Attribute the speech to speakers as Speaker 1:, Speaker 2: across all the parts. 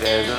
Speaker 1: There's a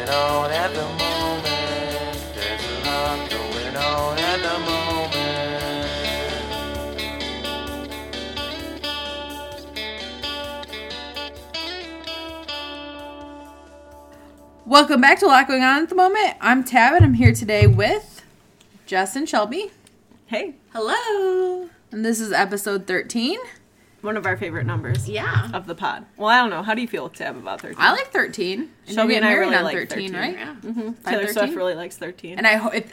Speaker 1: on at the moment. There's a lot going on at the moment.
Speaker 2: Welcome back to a lot going on at the moment. I'm Tab and I'm here today with Jess and Shelby.
Speaker 3: Hey,
Speaker 4: Hello.
Speaker 2: And this is episode 13.
Speaker 3: one of our favorite numbers
Speaker 2: Um,
Speaker 4: Yeah.
Speaker 3: of the pod. Well, I don't know. How do you feel with Tab about 13?
Speaker 2: I like 13. And
Speaker 3: Shelby
Speaker 2: you're
Speaker 3: and I
Speaker 2: married
Speaker 3: really
Speaker 2: on
Speaker 3: like
Speaker 2: 13,
Speaker 3: 13,
Speaker 2: right?
Speaker 4: Yeah.
Speaker 3: Taylor
Speaker 2: 13?
Speaker 3: Swift really likes 13.
Speaker 2: And I hope it.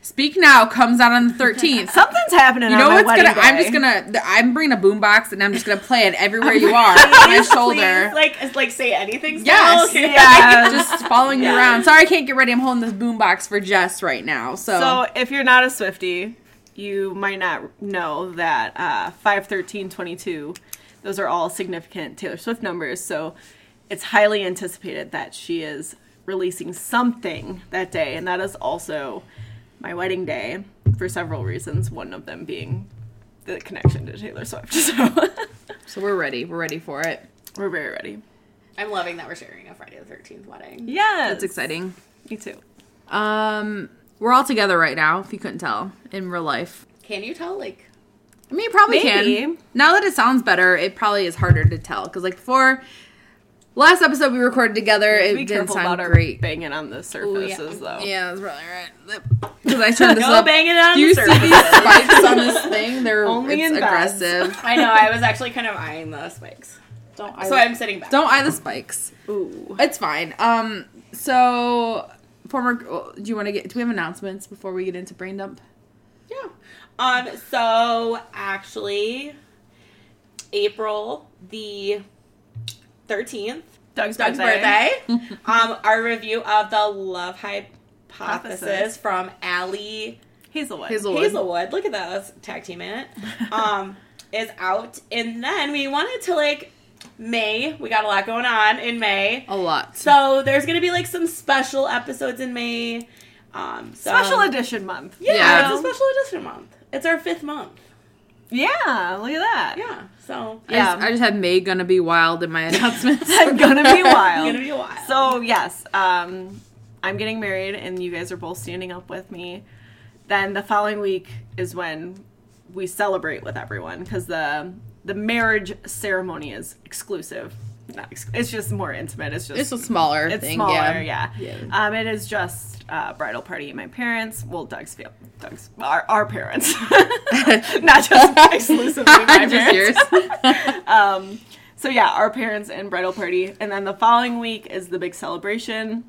Speaker 2: Speak Now comes out on the 13th.
Speaker 3: Something's happening
Speaker 2: You know
Speaker 3: on my
Speaker 2: what's gonna?
Speaker 3: wedding
Speaker 2: I'm
Speaker 3: day.
Speaker 2: just gonna. th- I'm bringing a boombox and I'm just gonna play it everywhere you are on my shoulder.
Speaker 4: Please, like, is- like say anything.
Speaker 2: Yes.
Speaker 4: still?
Speaker 3: Yes.
Speaker 2: Just following you around. Sorry, I can't get ready. I'm holding this boombox for Jess right now. So,
Speaker 3: So if you're not a Swifty, you might not know that uh, 5, 13, 22, those are all significant Taylor Swift numbers. So it's highly anticipated that she is releasing something that day. And that is also my wedding day for several reasons, one of them being the connection to Taylor Swift. So
Speaker 2: so we're ready. We're ready for it.
Speaker 3: we're very ready.
Speaker 4: I'm loving that we're sharing a Friday the Thirteenth wedding.
Speaker 3: Yeah.
Speaker 2: That's exciting.
Speaker 3: Me too.
Speaker 2: Um, we're all together right now. If you couldn't tell, in real life.
Speaker 4: Can you tell? Like,
Speaker 2: I mean, you probably
Speaker 3: Maybe.
Speaker 2: can. Now that it sounds better, it probably is harder to tell because, like before, last episode we recorded together, it
Speaker 3: Be
Speaker 2: didn't
Speaker 3: careful
Speaker 2: sound
Speaker 3: about our
Speaker 2: great.
Speaker 3: banging on the surfaces though.
Speaker 2: yeah, that's probably right. Because I turned this
Speaker 3: No
Speaker 2: up.
Speaker 3: banging on
Speaker 2: Do you
Speaker 3: the
Speaker 2: see
Speaker 3: surfaces.
Speaker 2: these spikes on this thing? They're
Speaker 3: Only
Speaker 2: it's
Speaker 3: in beds.
Speaker 2: aggressive.
Speaker 4: I know I was actually kind of eyeing the spikes,
Speaker 3: Don't
Speaker 4: so I'm sitting back.
Speaker 2: Don't eye the spikes.
Speaker 3: Ooh.
Speaker 2: It's fine. Um, so former, oh, do you want to get? Do we have announcements before we get into brain dump?
Speaker 4: Yeah. Um. So actually, April the thirteenth,
Speaker 3: Doug's,
Speaker 4: Doug's birthday. um. Our review of the Love Hypothesis
Speaker 3: Hypothesis.
Speaker 4: from Allie
Speaker 3: Hazelwood.
Speaker 2: Hazelwood.
Speaker 4: Hazelwood. Look at us tag team in it. Um, is out, and then we wanted to like May. We got a lot going on in May,
Speaker 2: A lot.
Speaker 4: so there's gonna be like some special episodes in May. Um, so,
Speaker 3: Special edition month.
Speaker 4: Yeah,
Speaker 2: Yeah.
Speaker 4: it's a special edition month. It's our fifth month.
Speaker 3: Yeah, look at that.
Speaker 4: Yeah, so
Speaker 2: I just,
Speaker 3: Yeah.
Speaker 2: I just had May gonna be wild in my announcements.
Speaker 3: I'm gonna be
Speaker 4: it's
Speaker 3: wild.
Speaker 4: gonna be a while.
Speaker 3: So yes, um, I'm getting married, and you guys are both standing up with me. Then the following week is when we celebrate with everyone because the the marriage ceremony is exclusive. Not ex- it's just more intimate. It's just
Speaker 2: It's a smaller
Speaker 3: it's
Speaker 2: thing.
Speaker 3: smaller.
Speaker 2: yeah.
Speaker 3: Yeah.
Speaker 2: Yeah.
Speaker 3: Um, it is just uh, bridal party. at My parents, well, Doug's family, Doug's our, our parents, not just exclusively my
Speaker 2: Just
Speaker 3: parents.
Speaker 2: yours.
Speaker 3: um, so yeah, our parents and bridal party, and then the following week is the big celebration,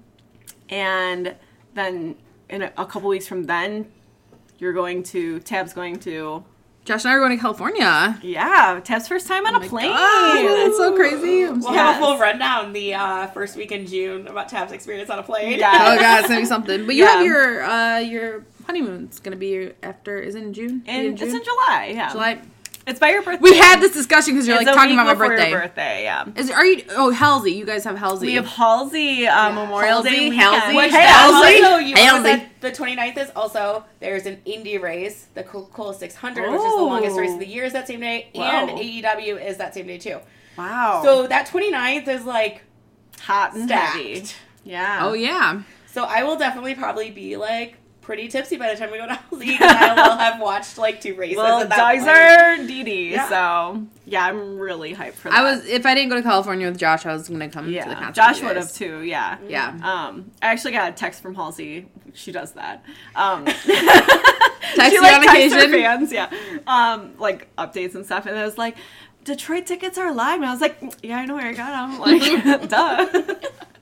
Speaker 3: and then in a, a couple weeks from then, you're going to Tab's going to
Speaker 2: Josh and I are going to California.
Speaker 3: yeah Tab's first time on a plane.
Speaker 2: Oh, that's so crazy. I'm so-
Speaker 4: we'll have
Speaker 3: yes.
Speaker 4: a full rundown the uh, first week in June about Tab's experience on a plane.
Speaker 3: Yeah.
Speaker 2: Oh god, it's gonna be something. But you
Speaker 3: Yeah.
Speaker 2: have your uh your honeymoon's gonna be after is it in June?
Speaker 3: And
Speaker 2: June?
Speaker 3: it's in July. Yeah,
Speaker 2: July.
Speaker 3: It's by your birthday.
Speaker 2: We had this discussion because you're
Speaker 3: It's
Speaker 2: like
Speaker 3: a
Speaker 2: talking
Speaker 3: week
Speaker 2: about my
Speaker 3: before your
Speaker 2: birthday.
Speaker 3: birthday, yeah.
Speaker 2: Is are you oh Halsey, you guys have Halsey.
Speaker 3: We have Halsey uh, Memorial
Speaker 2: Halsey,
Speaker 3: Day
Speaker 2: Halsey,
Speaker 3: weekend.
Speaker 4: Which
Speaker 2: Hey,
Speaker 4: that
Speaker 2: Elsie.
Speaker 4: also, you
Speaker 2: Hey,
Speaker 4: also
Speaker 2: Elsie.
Speaker 4: said the 29th is also, there's an indie race, the Coca-Cola 600, which is the longest race of the year is that same day,
Speaker 3: Wow.
Speaker 4: and
Speaker 3: Oh.
Speaker 4: AEW is that same day too.
Speaker 3: Wow.
Speaker 4: So that 29th is like,
Speaker 3: hot and
Speaker 4: stacked.
Speaker 3: heavy. Yeah.
Speaker 2: Oh yeah.
Speaker 4: so I will definitely probably be like pretty tipsy by the time we go to Halsey, and I will have watched like two races
Speaker 3: Well,
Speaker 4: at that
Speaker 3: dogs
Speaker 4: point.
Speaker 3: are Dee Dee,
Speaker 4: Yeah.
Speaker 3: so yeah, I'm really hyped for that.
Speaker 2: I was if I didn't go to California with Josh, I was gonna come to the
Speaker 3: yeah.
Speaker 2: concert.
Speaker 3: Josh
Speaker 2: with you
Speaker 3: would have
Speaker 2: guys.
Speaker 3: too. Yeah.
Speaker 2: Yeah.
Speaker 3: Um, I actually got a text from Halsey. She does that. Um,
Speaker 2: Text
Speaker 3: she
Speaker 2: you
Speaker 3: like
Speaker 2: on
Speaker 3: texts her
Speaker 2: occasion.
Speaker 3: fans, yeah. Um, like updates and stuff, and I was like, Detroit tickets are live, and I was like, "Mm, yeah, I know where I got them. Like, duh.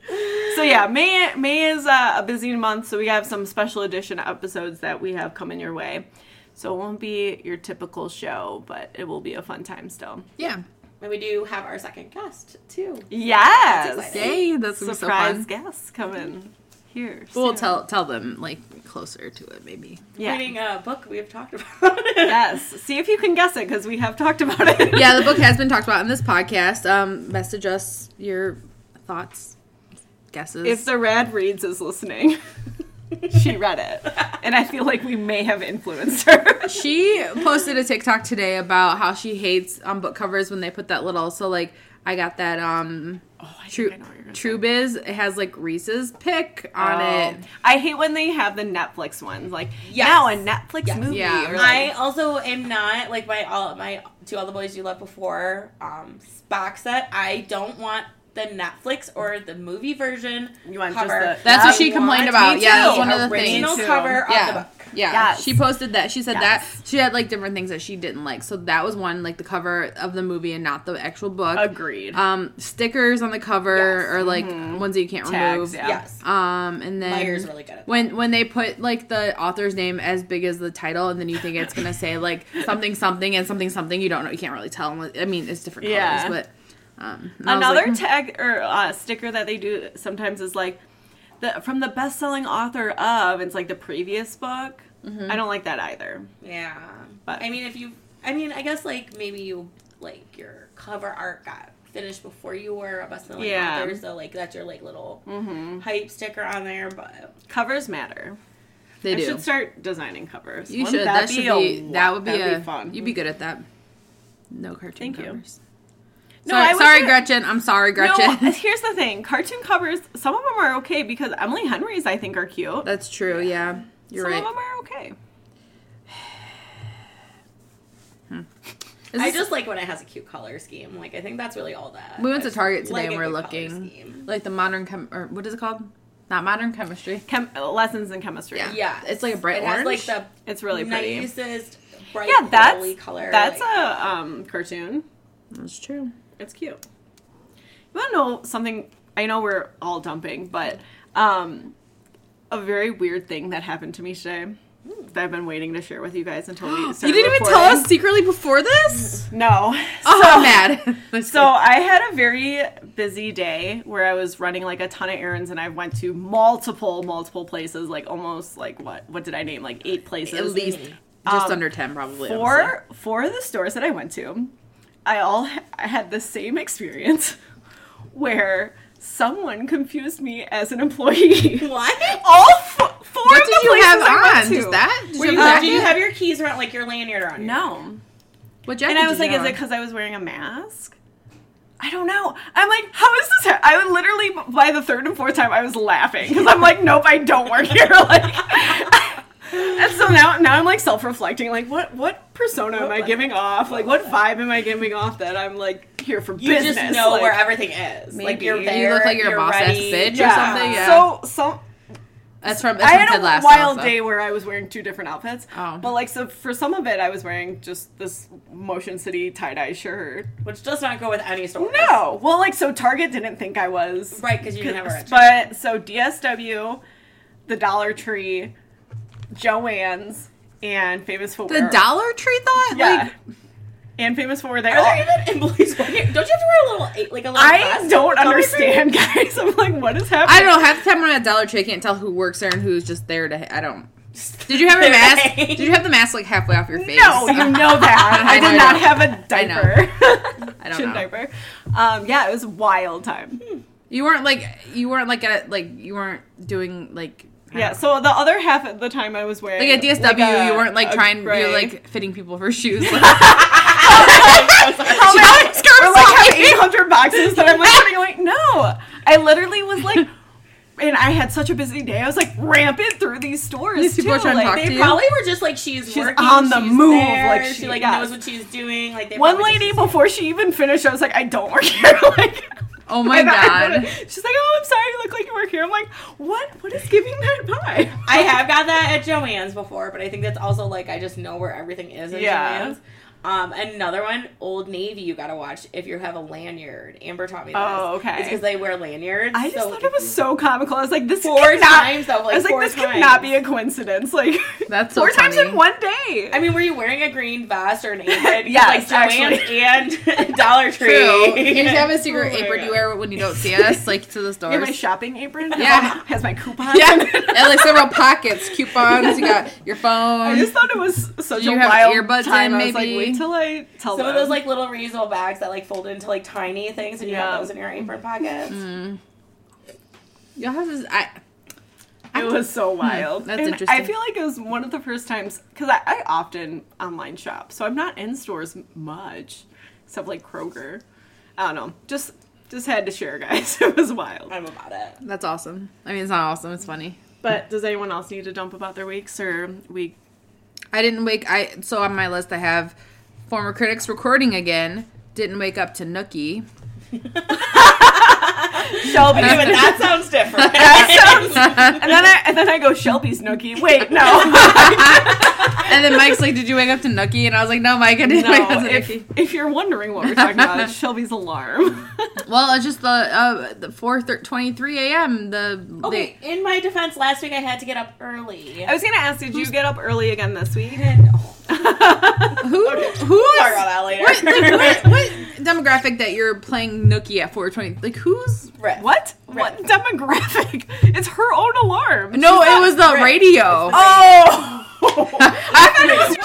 Speaker 3: So yeah, May May is uh, a busy month, so we have some special edition episodes that we have coming your way. So it won't be your typical show, but it will be a fun time still.
Speaker 2: Yeah.
Speaker 4: And we do have our second guest too.
Speaker 3: Yes,
Speaker 4: exciting.
Speaker 2: Yay, that's gonna be so
Speaker 3: surprise
Speaker 2: fun.
Speaker 3: guests coming here.
Speaker 2: We'll
Speaker 3: soon.
Speaker 2: tell tell them like closer to it maybe.
Speaker 3: Yeah.
Speaker 4: Reading a book we've talked about.
Speaker 3: Yes. See if you can guess it because we have talked about it.
Speaker 2: yeah, the book has been talked about in this podcast. Um, message us your thoughts guesses.
Speaker 3: If the Rad Reads is listening, she read it. And I feel like we may have influenced her.
Speaker 2: she posted a TikTok today about how she hates um, book covers when they put that little. So like, I got that um, True True Biz. It has like Reese's pick on
Speaker 3: Oh.
Speaker 2: it.
Speaker 3: I hate when they have the Netflix ones. Like
Speaker 4: Yes.
Speaker 3: now a Netflix movie.
Speaker 2: Yeah.
Speaker 3: or
Speaker 4: I
Speaker 3: like-
Speaker 4: also am not like my all my to all the boys you loved before um box set. I don't want the Netflix or the movie version.
Speaker 3: You want just
Speaker 4: cover.
Speaker 3: the-
Speaker 2: That's what
Speaker 3: I
Speaker 2: she
Speaker 3: want- me
Speaker 2: complained about. Yeah, that's
Speaker 3: too.
Speaker 2: one of the things.
Speaker 3: Original
Speaker 4: original
Speaker 3: too.
Speaker 4: cover
Speaker 2: yeah.
Speaker 4: of the book.
Speaker 2: Yeah.
Speaker 3: Yes.
Speaker 2: She posted that. She said
Speaker 3: Yes.
Speaker 2: that she had like different things that she didn't like. So that was one, like the cover of the movie and not the actual book.
Speaker 3: Agreed.
Speaker 2: Um, stickers on the cover
Speaker 4: Yes.
Speaker 2: or like ones that you can't
Speaker 3: Mm-hmm. Tags,
Speaker 2: remove.
Speaker 3: yeah.
Speaker 4: Yes.
Speaker 2: Um, and then
Speaker 4: Meyer's really good at that.
Speaker 2: when when they put like the author's name as big as the title, and then you think it's gonna say like something something and something something. You don't know. You can't really tell. I mean, it's different colors,
Speaker 3: Yeah.
Speaker 2: but. Um, and I was
Speaker 3: Another
Speaker 2: like,
Speaker 3: tag or uh, sticker that they do sometimes is like the from the best selling author of. It's like the previous book.
Speaker 2: Mm-hmm.
Speaker 3: I don't like that either.
Speaker 4: Yeah.
Speaker 3: But-
Speaker 4: I mean, if you, I mean, I guess like maybe you like your cover art got finished before you were a best-selling
Speaker 3: Yeah.
Speaker 4: author, so like that's your like little
Speaker 2: Mm-hmm.
Speaker 4: hype sticker on there. But
Speaker 3: Covers matter.
Speaker 2: they
Speaker 3: I
Speaker 2: do.
Speaker 3: should start designing covers.
Speaker 2: You
Speaker 3: Wouldn't
Speaker 2: should. That, should be.
Speaker 3: a
Speaker 2: that
Speaker 3: lot?
Speaker 2: would be
Speaker 3: That'd
Speaker 2: a.
Speaker 3: fun.
Speaker 2: You'd be good at that. No cartoon
Speaker 3: Thank you.
Speaker 2: covers.
Speaker 3: No,
Speaker 2: sorry,
Speaker 3: I was
Speaker 2: sorry
Speaker 3: gonna-
Speaker 2: Gretchen. I'm sorry, Gretchen.
Speaker 3: No, here's the thing. Cartoon covers. Some of them are okay because Emily Henry's I think are cute.
Speaker 2: That's true. Yeah, you're
Speaker 3: some
Speaker 2: right.
Speaker 3: of them are okay.
Speaker 2: Is
Speaker 4: I
Speaker 2: this-
Speaker 4: just like when it has a cute color scheme. Like I think that's really all that.
Speaker 2: we went
Speaker 4: I
Speaker 2: to
Speaker 4: just
Speaker 2: Target today
Speaker 4: like
Speaker 2: and we
Speaker 4: a
Speaker 2: we're
Speaker 4: good color
Speaker 2: looking
Speaker 4: scheme.
Speaker 2: like the modern chem or what is it called? Not modern chemistry.
Speaker 3: Chem- lessons in chemistry.
Speaker 2: Yeah.
Speaker 4: Yeah,
Speaker 2: It's like a bright
Speaker 4: it
Speaker 2: orange.
Speaker 4: Has, like the
Speaker 3: It's really pretty.
Speaker 4: nicest bright
Speaker 3: yeah, that's
Speaker 4: pearly color.
Speaker 3: that's
Speaker 4: like,
Speaker 3: a um, cartoon.
Speaker 2: That's true.
Speaker 3: It's cute. You want to know something? I know we're all dumping, but um, a very weird thing that happened to me today that I've been waiting to share with you guys until we started
Speaker 2: You didn't even tell
Speaker 3: recording.
Speaker 2: us secretly before this.
Speaker 3: No.
Speaker 2: Oh,
Speaker 3: So-
Speaker 2: I'm mad. That's
Speaker 3: So I had a very busy day where I was running like a ton of errands and I went to multiple, multiple places, like almost like what what did I name? Like eight
Speaker 2: good.
Speaker 3: places.
Speaker 2: at least just
Speaker 3: Um,
Speaker 2: under ten, probably. honestly.
Speaker 3: four four of the stores that I went to, I all ha- I had the same experience where someone confused me as an employee.
Speaker 4: what?
Speaker 3: all f- four
Speaker 2: What
Speaker 3: of
Speaker 2: did
Speaker 3: the
Speaker 2: you
Speaker 3: places
Speaker 2: have
Speaker 3: I went
Speaker 2: on?
Speaker 3: to.
Speaker 2: Just that? Did
Speaker 3: Were
Speaker 2: you
Speaker 3: you-
Speaker 2: have
Speaker 3: uh,
Speaker 2: a
Speaker 4: Do
Speaker 2: jacket?
Speaker 4: you have your keys around like your lanyard on? your-
Speaker 3: No.
Speaker 2: What jacket
Speaker 3: And I
Speaker 2: did
Speaker 3: was
Speaker 2: you
Speaker 3: like, is
Speaker 2: have
Speaker 3: it
Speaker 2: on?
Speaker 3: because I was wearing a mask? I don't know. I'm like, how is this? Ha-? I would literally by the third and fourth time I was laughing because I'm like, nope, I don't work here. Like, and so now, now I'm like self-reflecting. Like, what what persona am I giving off? Like, what vibe am I giving off that I'm like here for
Speaker 4: You
Speaker 3: business?
Speaker 4: just know
Speaker 3: like,
Speaker 4: where everything is. Like
Speaker 3: Maybe.
Speaker 4: you're
Speaker 3: You
Speaker 4: there.
Speaker 2: look like you're a boss-ass
Speaker 4: ready.
Speaker 2: bitch or
Speaker 3: yeah.
Speaker 2: something, yeah.
Speaker 3: So so
Speaker 2: That's from. That's
Speaker 3: I
Speaker 2: from
Speaker 3: had
Speaker 2: Ted
Speaker 3: a
Speaker 2: Lasso,
Speaker 3: wild
Speaker 2: so.
Speaker 3: day where I was wearing two different outfits.
Speaker 2: Oh.
Speaker 3: But like, so for some of it, I was wearing just this Motion City tie dye shirt.
Speaker 4: Which does not go with any store.
Speaker 3: No. Well, like so Target didn't think I was.
Speaker 4: Right, because you didn't have a red.
Speaker 3: But so DSW, the Dollar Tree, Joann's, and Famous Footwear.
Speaker 2: The Dollar Tree thought.
Speaker 3: Yeah.
Speaker 2: Like,
Speaker 3: and Famous Footwear. They
Speaker 4: Are
Speaker 3: all.
Speaker 4: there even employees working? Don't you have to wear a little eight, like a little?
Speaker 3: I
Speaker 4: vest?
Speaker 3: don't
Speaker 4: Don't we-
Speaker 3: understand, guys. I'm like, what is happening?
Speaker 2: I don't know. Half the time when I'm at Dollar Tree, I can't tell who works there and who's just there to. I don't. Did you have your mask? Did you have the mask like halfway off your face?
Speaker 3: No, you know that.
Speaker 2: I
Speaker 3: I
Speaker 2: know,
Speaker 3: did
Speaker 2: I
Speaker 3: not
Speaker 2: know.
Speaker 3: have a
Speaker 2: know.
Speaker 3: diaper.
Speaker 2: I don't
Speaker 3: Chin
Speaker 2: know. Hmm.
Speaker 3: diaper. Um, yeah, it was a wild time.
Speaker 2: You weren't like you weren't like at like you weren't doing like I
Speaker 3: Yeah,
Speaker 2: don't
Speaker 3: so the other half of the time I was
Speaker 2: know.
Speaker 3: wearing
Speaker 2: like at DSW
Speaker 3: a-
Speaker 2: you weren't like
Speaker 3: a
Speaker 2: trying you're
Speaker 3: gray-
Speaker 2: like fitting people for shoes. Like,
Speaker 3: How many-
Speaker 2: Johnny's got
Speaker 3: or like have
Speaker 2: something.
Speaker 3: 800 boxes that I'm like putting like no I literally was like and I had such a busy day I was like rampant through these stores
Speaker 2: These people
Speaker 3: too,
Speaker 2: are trying to
Speaker 3: like,
Speaker 2: talk
Speaker 4: They
Speaker 2: to you.
Speaker 4: probably
Speaker 3: Oh
Speaker 4: were just like she's,
Speaker 3: She's
Speaker 4: working,
Speaker 3: on the
Speaker 4: she's
Speaker 3: move,
Speaker 4: there,
Speaker 3: like,
Speaker 4: she
Speaker 3: she-
Speaker 4: like
Speaker 3: yes.
Speaker 4: knows what she's doing. Like they
Speaker 3: one
Speaker 4: probably just
Speaker 3: lady
Speaker 4: assumed-
Speaker 3: before she even finished I was like I don't work here like
Speaker 2: oh my
Speaker 3: and I
Speaker 2: god.
Speaker 3: literally- she's like oh I'm sorry you look like you work here I'm like what what is giving that vibe
Speaker 4: I have got that at Joann's before, but I think that's also like I just know where everything is at
Speaker 3: Yeah.
Speaker 4: Joann's. Um, another one, Old Navy. You gotta watch if you have a lanyard. Amber taught me this.
Speaker 3: Oh, okay.
Speaker 4: It's because they wear lanyards.
Speaker 3: I just
Speaker 4: so
Speaker 3: thought it was so comical I was like this
Speaker 4: four
Speaker 3: cannot-
Speaker 4: times though. Like,
Speaker 3: I was like
Speaker 4: four
Speaker 3: this
Speaker 4: times.
Speaker 3: cannot be a coincidence like
Speaker 2: That's so
Speaker 3: four times
Speaker 2: funny.
Speaker 3: in one day
Speaker 4: I mean, were you wearing a green vest or an apron? 'Cause,
Speaker 3: Yes,
Speaker 4: like Joann's and Dollar Tree.
Speaker 2: True. You should have a secret
Speaker 4: Oh my
Speaker 2: apron you
Speaker 4: God.
Speaker 2: wear when you don't see us, like to the stores.
Speaker 3: Yeah, my shopping apron has
Speaker 2: Yeah.
Speaker 3: all- has my coupon.
Speaker 2: yeah, and like several pockets, coupons. You got your phone.
Speaker 3: I just thought it was such
Speaker 2: You
Speaker 3: a
Speaker 2: have
Speaker 3: wild
Speaker 2: earbuds
Speaker 3: time.
Speaker 2: in,
Speaker 3: I was like,
Speaker 2: maybe?
Speaker 3: wait till I tell
Speaker 4: Some
Speaker 3: them.
Speaker 4: of those like little reusable bags that like fold into like tiny things, and you
Speaker 3: Yeah. Mm-hmm.
Speaker 4: have those in your apron pockets.
Speaker 2: Y'all have this. I,
Speaker 3: It was so wild.
Speaker 2: that's
Speaker 3: And
Speaker 2: interesting.
Speaker 3: I feel like it was one of the first times because I, I often online shop, so I'm not in stores much, except like Kroger. I don't know. Just just had to share, guys. It was wild.
Speaker 4: I'm about it.
Speaker 2: that's awesome. I mean, it's not awesome. It's funny.
Speaker 3: But does anyone else need to dump about their weeks or we?
Speaker 2: I didn't wake. I so on my list I have former critics recording again. Didn't wake up to Nookie.
Speaker 3: Shelby.
Speaker 4: Okay, but
Speaker 3: and
Speaker 4: that sounds different.
Speaker 3: then I and then I go Shelby's Nookie. Wait, no,
Speaker 2: And then Mike's like, "Did you wake up to Nookie?" And I was like, "No, Mike, I didn't wake up
Speaker 3: no.
Speaker 2: to
Speaker 3: If,
Speaker 2: Nookie."
Speaker 3: if you're wondering what we're talking about, it's Shelby's alarm.
Speaker 2: Well, it's just the uh, the four twenty three a.m. The
Speaker 4: okay, in my defense, last week I had to get up early.
Speaker 3: I was gonna ask, did you get up early again this week?
Speaker 2: they, who who is
Speaker 4: Talk about that later.
Speaker 2: what, like, what, what demographic that you're playing Nookie at four twenty? Like who's
Speaker 4: Riff.
Speaker 3: What?
Speaker 4: Right.
Speaker 3: What demographic? It's her own alarm.
Speaker 2: no? It was the
Speaker 4: Rick.
Speaker 2: radio.
Speaker 3: Oh.
Speaker 2: I thought it was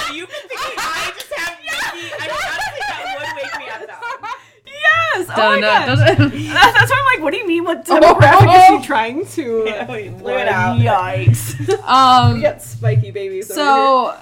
Speaker 4: God, you can think I just have Nikki. I mean, honestly, that would wake me up though.
Speaker 3: yes. Oh my
Speaker 2: Don't know.
Speaker 3: God.
Speaker 2: Don't know.
Speaker 3: That- That's why I'm like, what do you mean? What demographic is she trying to?
Speaker 4: Yeah, we blew it out.
Speaker 3: Yikes.
Speaker 2: Um,
Speaker 3: we got spiky babies. over
Speaker 2: So,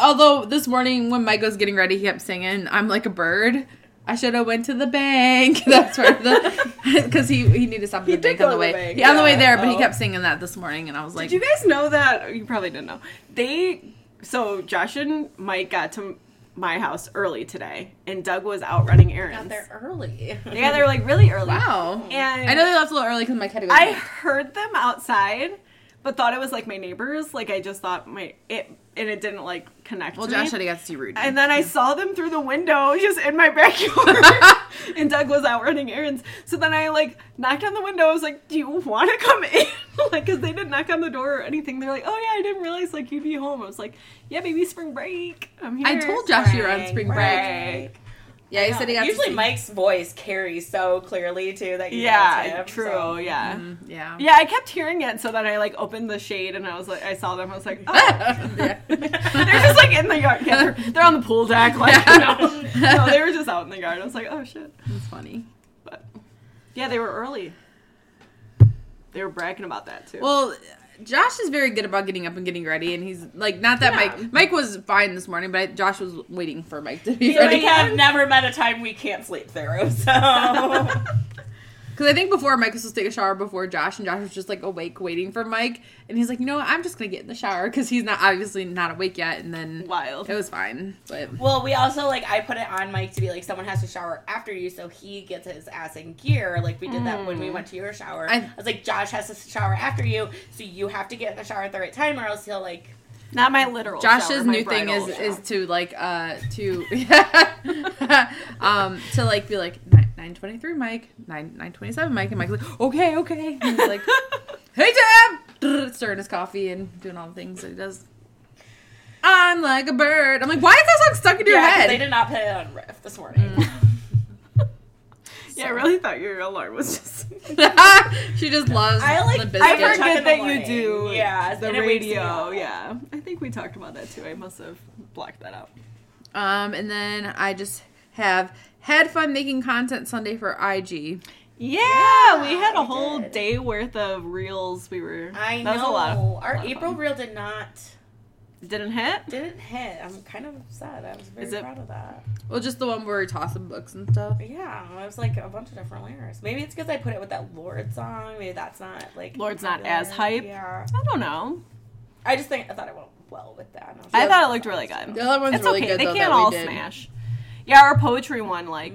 Speaker 2: although this morning when Mike was getting ready, he kept singing, "I'm like a bird." I should have went to the bank. That's where the because he he needed to stop at the
Speaker 3: He did
Speaker 2: bank
Speaker 3: go
Speaker 2: on the
Speaker 3: to the
Speaker 2: way.
Speaker 3: bank,
Speaker 2: yeah, on the way
Speaker 3: yeah.
Speaker 2: there, but he
Speaker 3: Oh.
Speaker 2: kept singing that this morning, and I was like,
Speaker 3: here. Did you guys know that? oh, You probably didn't know. They. So Josh and Mike got to my house early today, and Doug was out running errands.
Speaker 4: Got there early.
Speaker 3: Yeah, they were like really early.
Speaker 2: "Wow."
Speaker 3: And
Speaker 2: I know they left a little early because Mike had to go. to
Speaker 3: I
Speaker 2: the bank.
Speaker 3: heard them outside, but thought it was like my neighbors. Like I just thought my it, and it didn't like connect.
Speaker 2: well,
Speaker 3: to
Speaker 2: Josh had
Speaker 3: me.
Speaker 2: to get to see Rudy.
Speaker 3: And then I saw them through the window, just in my backyard. and Doug was out running errands. So then I like knocked on the window. I was like, "Do you want to come in?" like, because they didn't knock on the door or anything. They're like, "Oh yeah, I didn't realize like you'd be home." I was like, "Yeah, baby, spring break. I'm here."
Speaker 2: I told Josh you were on spring
Speaker 4: Spring break.
Speaker 2: break. Yeah, he said he got to
Speaker 4: Usually,
Speaker 2: see-
Speaker 4: Mike's voice carries so clearly too that you know
Speaker 3: Yeah,
Speaker 4: it's him,
Speaker 3: true.
Speaker 4: so.
Speaker 3: Yeah.
Speaker 2: Mm-hmm. Yeah.
Speaker 3: Yeah, I kept hearing it, so then I like opened the shade and I was like, I saw them. I was like, oh, they're just like in the yard. Yeah, they're, they're on the pool deck. Like, you know. no, they were just out in the yard. I was like, oh shit.
Speaker 2: It's funny.
Speaker 3: But yeah, they were early. They were bragging about that too.
Speaker 2: Well, Josh is very good about getting up and getting ready, and he's like, not that
Speaker 3: Yeah.
Speaker 2: Mike. Mike was fine this morning, but Josh was waiting for Mike to be
Speaker 4: We
Speaker 2: ready.
Speaker 4: have never met a time we can't sleep through, so
Speaker 2: Because I think before Mike was supposed to take a shower before Josh, and Josh was just like awake waiting for Mike, and he's like, you know, what? I'm just gonna get in the shower because he's not obviously not awake yet, and then
Speaker 3: wild.
Speaker 2: it was fine. But
Speaker 4: Well, we also like I put it on Mike to be like someone has to shower after you, so he gets his ass in gear. Like we did that
Speaker 3: Mm.
Speaker 4: when we went to your shower.
Speaker 2: I-
Speaker 4: I, was like, Josh has to shower after you, so you have to get in the shower at the right time, or else he'll like.
Speaker 3: Not my literal.
Speaker 2: Josh's
Speaker 3: shower, my
Speaker 2: new thing is
Speaker 3: bridal
Speaker 2: is
Speaker 3: shower.
Speaker 2: to like uh to um to like be like nine twenty three Mike nine nine twenty seven Mike and Mike's like okay okay and he's like hey Deb stirring his coffee and doing all the things that he does. I'm like a bird. I'm like why is that song stuck in your
Speaker 4: Yeah, 'cause
Speaker 2: head?
Speaker 4: They did not put it on riff this morning.
Speaker 3: Mm. Yeah, I really thought your alarm was just.
Speaker 2: she just loves
Speaker 4: I like-
Speaker 2: Limp
Speaker 3: I
Speaker 2: Bizkit.
Speaker 4: forget
Speaker 3: forget
Speaker 4: that
Speaker 3: that
Speaker 4: you
Speaker 3: you do.
Speaker 4: do
Speaker 3: the
Speaker 4: and it wakes me
Speaker 3: radio.
Speaker 4: up.
Speaker 3: Yeah, I think we talked about that too. I must have blocked that out.
Speaker 2: Um, and then I just have had fun making content Sunday for IG.
Speaker 3: Yeah, we had a
Speaker 4: we
Speaker 3: whole
Speaker 4: did.
Speaker 3: day worth of reels. We were.
Speaker 4: I know.
Speaker 3: that was a lot. Of,
Speaker 4: Our
Speaker 3: lot of
Speaker 4: April
Speaker 3: fun.
Speaker 4: reel did not
Speaker 3: didn't hit.
Speaker 4: didn't hit. I'm kind of sad. I was very
Speaker 3: Is it-
Speaker 4: proud of that.
Speaker 2: Well, just the one where we toss some books and stuff.
Speaker 4: But yeah, it was like a bunch of different layers. Maybe it's because I put it with that Lord song. Maybe that's not like
Speaker 3: Lord's not as hype.
Speaker 4: Yeah,
Speaker 3: I don't know.
Speaker 4: I just think I thought it went well with that. I,
Speaker 3: I thought it looked really good.
Speaker 2: The other one's
Speaker 3: it's
Speaker 2: really
Speaker 3: okay.
Speaker 2: good.
Speaker 3: They
Speaker 2: though,
Speaker 3: can't
Speaker 2: that we
Speaker 3: all
Speaker 2: did.
Speaker 3: smash. Yeah, our poetry one, like,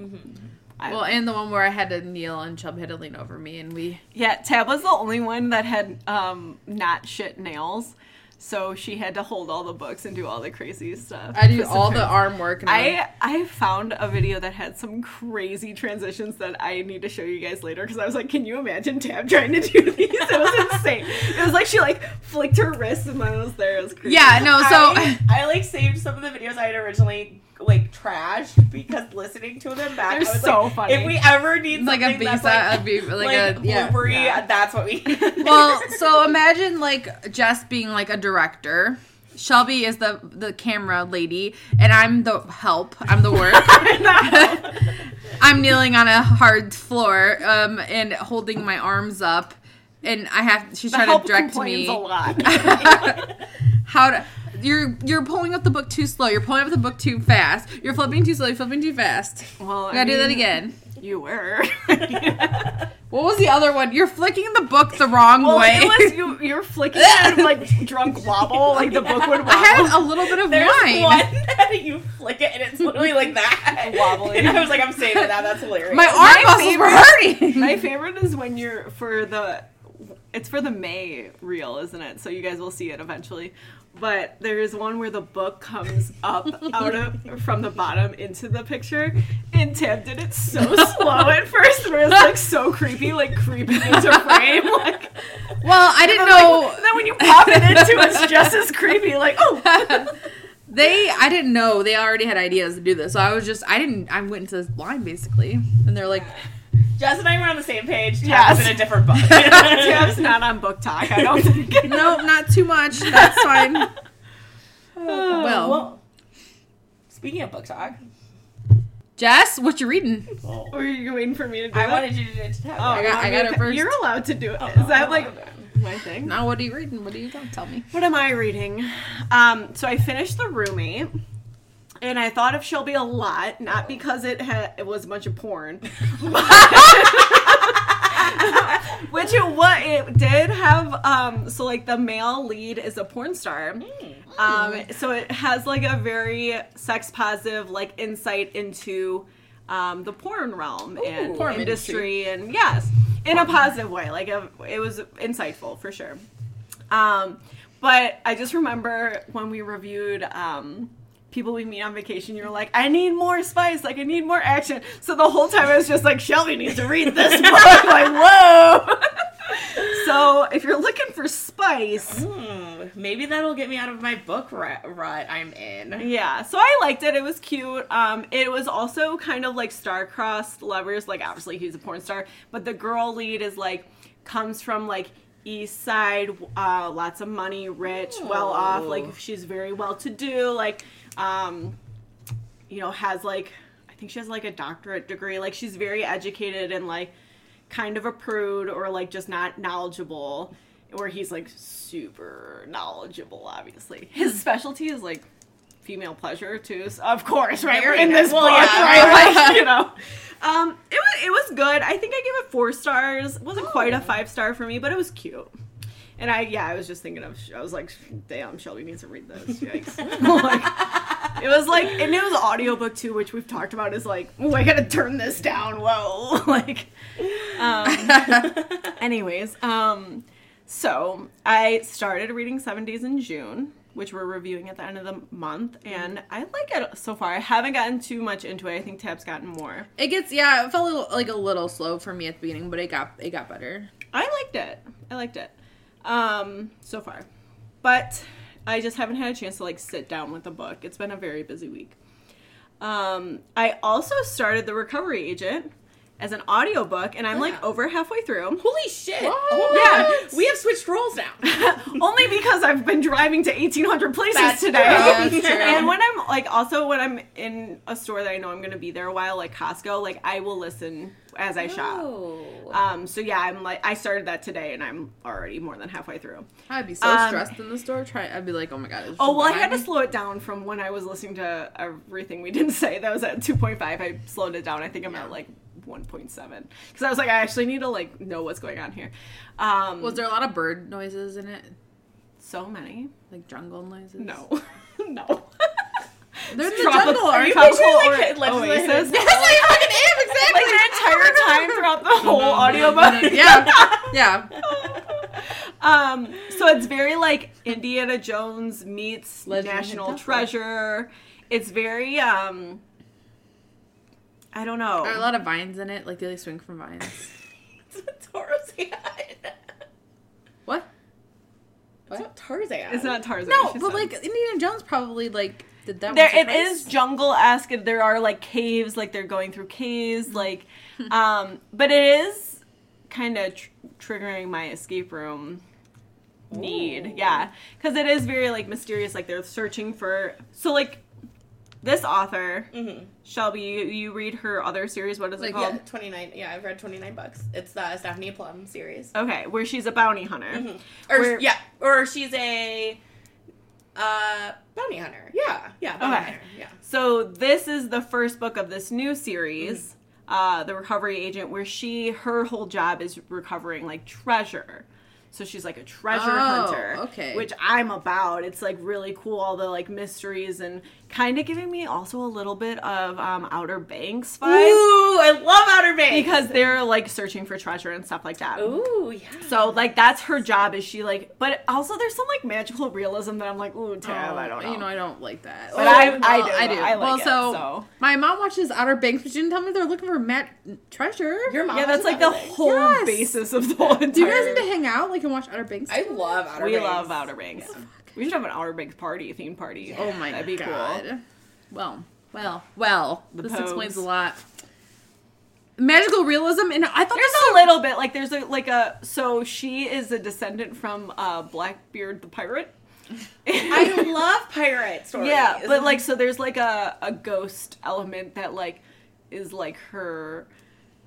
Speaker 3: I-
Speaker 2: Well, and the one where I had to kneel and Chubb had to lean over me, and we
Speaker 3: yeah, Tab was the only one that had um not shit nails, so she had to hold all the books and do all the crazy stuff.
Speaker 2: I do
Speaker 3: But
Speaker 2: all the
Speaker 3: sometimes-
Speaker 2: arm work. And
Speaker 3: I I found a video that had some crazy transitions that I need to show you guys later because I was like, can you imagine Tab trying to do these? It was insane. It was like she like flicked her wrist and mine was there. It was crazy.
Speaker 2: yeah, no. Oh, So
Speaker 4: I, I like saved some of the videos I had originally like trashed because listening to them back, I
Speaker 3: They're
Speaker 4: was
Speaker 3: so
Speaker 4: like,
Speaker 3: funny.
Speaker 4: If we ever need
Speaker 2: it's like a
Speaker 4: something
Speaker 2: B
Speaker 4: that's
Speaker 2: side,
Speaker 4: like,
Speaker 2: a B, like,
Speaker 4: like,
Speaker 2: a yeah.
Speaker 4: bloopery,
Speaker 3: yeah.
Speaker 4: that's what we.
Speaker 2: Well, so imagine like Jess being like a director. Shelby is the the camera lady, and I'm the help. I'm the work. I'm kneeling on a hard floor um, and holding my arms up, and I have. She's trying
Speaker 3: help
Speaker 2: to direct me
Speaker 3: complains a lot.
Speaker 2: how to you're you're pulling up the book too slow. You're pulling up the book too fast. You're flipping too slow. You're flipping too fast.
Speaker 3: Well,
Speaker 2: I
Speaker 3: I
Speaker 2: gotta do that
Speaker 3: mean-
Speaker 2: again.
Speaker 3: you were.
Speaker 2: What was the other one? You're flicking the book the wrong
Speaker 3: Well,
Speaker 2: way.
Speaker 3: unless you you're flicking it like drunk wobble, like the book would wobble.
Speaker 2: I had a little bit of
Speaker 4: There's
Speaker 2: wine.
Speaker 4: one that you flick it and it's literally like that.
Speaker 3: Wobbly.
Speaker 4: And I was like, I'm saving that. That's hilarious.
Speaker 2: My arm
Speaker 3: My
Speaker 2: muscles were hurting.
Speaker 3: My favorite is when you're for the it's for the May reel, isn't it? So you guys will see it eventually. But there is one where the book comes up out of from the bottom into the picture, and Tab did it so slow at first, where it's like so creepy, like creeping into frame. Like,
Speaker 2: well, I didn't
Speaker 3: I'm
Speaker 2: know.
Speaker 3: like- then when you pop it into, it's just as creepy. Like, oh,
Speaker 2: They, I didn't know they already had ideas to do this, so I was just, I didn't, I went into this blind basically, and they're like,
Speaker 4: Jess and I were on the same page. Tab
Speaker 3: Yes.
Speaker 4: was in a different book.
Speaker 3: Tab's not on book talk. I don't think.
Speaker 2: "Nope, not too much. That's fine." Oh, well,
Speaker 4: well, speaking of book talk,
Speaker 2: Jess, what you reading?
Speaker 3: Were you waiting for me to do
Speaker 4: I
Speaker 3: that?
Speaker 4: wanted you to do it to Tab.
Speaker 3: Oh,
Speaker 2: I got- I got
Speaker 3: okay.
Speaker 2: it first.
Speaker 3: You're allowed to do it. Is
Speaker 4: Oh,
Speaker 3: that
Speaker 4: oh,
Speaker 3: like
Speaker 4: okay.
Speaker 3: my thing?
Speaker 2: Now, what are you reading? What are you gonna tell me?
Speaker 3: What am I reading? Um, so I finished The Roommate, and I thought of Shelby a lot, not because it had it was a bunch of porn, which it what it did have. Um, so like the male lead is a porn star. Um, so it has like a very sex positive like insight into um, the porn realm and
Speaker 2: Porn
Speaker 3: industry, and yes, in a positive way. Like a, it was insightful for sure. Um, but I just remember when we reviewed um, people we meet on vacation, you were like, "I need more spice. Like I need more action." So the whole time I was just like, "Shelby needs to read this book." like whoa. so if you're looking for spice,
Speaker 4: Hmm, maybe that'll get me out of my book rut, rut I'm in.
Speaker 3: yeah. So I liked it. It was cute. Um, it was also kind of like star-crossed lovers. Like obviously he's a porn star, but the girl lead is like comes from like east side, uh, lots of money, rich, well off.
Speaker 4: Ooh.
Speaker 3: Like she's very well to do. Like, um, you know, has like I think she has like a doctorate degree. Like she's very educated and like kind of a prude or like just not knowledgeable. Where he's like super knowledgeable, obviously.
Speaker 4: Hmm.
Speaker 3: His specialty is like female pleasure too. So of course, right? We're in this
Speaker 4: Well,
Speaker 3: book,
Speaker 4: yeah.
Speaker 3: right? Like, you know. Um, it was it was good. I think I gave it four stars. It wasn't quite a five star for me, but it was cute. And I yeah, I was just thinking of I was like, damn, Shelby needs to read this. Yikes. like, it was like and it was an audiobook too, which we've talked about is like, oh I gotta turn this down, whoa. like um anyways, um so I started reading Seven Days in June, which we're reviewing at the end of the month, and I like it so far. I haven't gotten too much into it. I think Tab's gotten more.
Speaker 2: It gets, yeah, it felt a little, like a little slow for me at the beginning, but it got, it got better.
Speaker 3: I liked it. I liked it. Um, so far. But I just haven't had a chance to like sit down with the book. It's been a very busy week. Um, I also started The Recovery Agent as an audiobook and I'm like over halfway through.
Speaker 4: Holy shit!
Speaker 2: What?
Speaker 4: Oh my God. We have switched roles now.
Speaker 3: Only because I've been driving to 1800 places
Speaker 4: That's
Speaker 2: true.
Speaker 3: today.
Speaker 2: That's true.
Speaker 3: And when I'm like also when I'm in a store that I know I'm going to be there a while like Costco, like I will listen as I
Speaker 4: Oh.
Speaker 3: shop. Um, so yeah, I'm like I started that today and I'm already more than halfway through.
Speaker 2: I'd be so
Speaker 3: Um,
Speaker 2: stressed in the store. Try, I'd be like, oh my god. it's
Speaker 3: Oh well, I
Speaker 2: behind
Speaker 3: had to
Speaker 2: me.
Speaker 3: slow it down from when I was listening to everything we didn't say. That was at two point five. I slowed it down. I think I'm at like one point seven because I was like, I actually need to like know what's going on here. Um,
Speaker 2: Was there a lot of bird noises in it?
Speaker 3: so many?
Speaker 2: Like jungle noises?
Speaker 3: No, no.
Speaker 2: They're in the
Speaker 3: Tropi-
Speaker 2: jungle,
Speaker 3: are
Speaker 2: aren't
Speaker 3: you
Speaker 2: you?
Speaker 3: picturing
Speaker 4: Tropical
Speaker 3: like
Speaker 4: or-
Speaker 3: Oasis?
Speaker 2: That's what I fucking am, exactly.
Speaker 3: like the entire time throughout the whole audiobook.
Speaker 2: yeah, yeah.
Speaker 3: Um, so it's very like Indiana Jones meets
Speaker 2: Legend of
Speaker 3: National
Speaker 2: Zelda.
Speaker 3: Treasure. It's very um I don't know.
Speaker 2: There are a lot of vines in it. Like they like swing from vines.
Speaker 4: It's a Tarzan.
Speaker 2: What?
Speaker 4: It's
Speaker 2: What?
Speaker 4: not Tarzan.
Speaker 3: it's not Tarzan.
Speaker 2: No,
Speaker 3: she
Speaker 2: but
Speaker 3: said.
Speaker 2: like Indiana Jones probably like did that.
Speaker 3: there
Speaker 2: once or
Speaker 3: it
Speaker 2: twice.
Speaker 3: is jungle esque. There are like caves, like they're going through caves, like
Speaker 2: Hmm.
Speaker 3: um but it is kind of tr- triggering my escape room need. Yeah. Because it is very, like, mysterious. Like, they're searching for. So, like, this author,
Speaker 4: Mhm.
Speaker 3: Shelby, you, you read her other series. What is it
Speaker 4: Like
Speaker 3: called?
Speaker 4: yeah, twenty nine. Yeah, I've read twenty nine bucks. It's the Stephanie Plum series.
Speaker 3: Okay. Where she's a bounty hunter.
Speaker 4: Or
Speaker 3: Where-
Speaker 4: yeah, or she's a uh bounty hunter. Yeah, yeah, bounty
Speaker 3: Okay.
Speaker 4: hunter. Yeah.
Speaker 3: So this is the first book of this new series,
Speaker 4: Mm-hmm.
Speaker 3: uh, the Recovery Agent, where she her whole job is recovering like treasure. So she's like a treasure
Speaker 2: Oh,
Speaker 3: hunter,
Speaker 2: okay.
Speaker 3: which I'm about. It's like really cool, all the like mysteries and kind of giving me also a little bit of um, Outer Banks vibe
Speaker 4: Ooh, I love Outer Banks.
Speaker 3: because they're like searching for treasure and stuff like that.
Speaker 4: Ooh, yeah.
Speaker 3: So like that's her job. Is she like? But also there's some like magical realism that I'm like, ooh, Tab, I don't know.
Speaker 2: You know, I don't like that.
Speaker 3: But I- I
Speaker 2: well,
Speaker 3: do. I like it, so.
Speaker 2: my mom watches Outer Banks, but she didn't tell me they're looking for Matt Treasure.
Speaker 4: Your mom
Speaker 3: yeah, that's like
Speaker 4: watches
Speaker 3: the
Speaker 4: Outer Banks?
Speaker 3: whole
Speaker 2: Yes.
Speaker 3: basis of the whole entire.
Speaker 2: Do you guys need to hang out, like, and watch Outer Banks?
Speaker 4: I love Outer
Speaker 3: we
Speaker 4: Banks.
Speaker 3: love Outer Banks. We should have an Outer Banks party, theme party.
Speaker 2: Oh my
Speaker 3: That'd be
Speaker 2: god.
Speaker 3: cool.
Speaker 2: Well, well, well.
Speaker 3: The
Speaker 2: this
Speaker 3: pose.
Speaker 2: explains a lot. Magical realism, and I thought
Speaker 3: There's
Speaker 2: this
Speaker 3: a little bit like there's a like a so she is a descendant from uh Blackbeard the pirate.
Speaker 4: I love pirate stories.
Speaker 3: yeah, but like so there's like a a ghost element that like is like her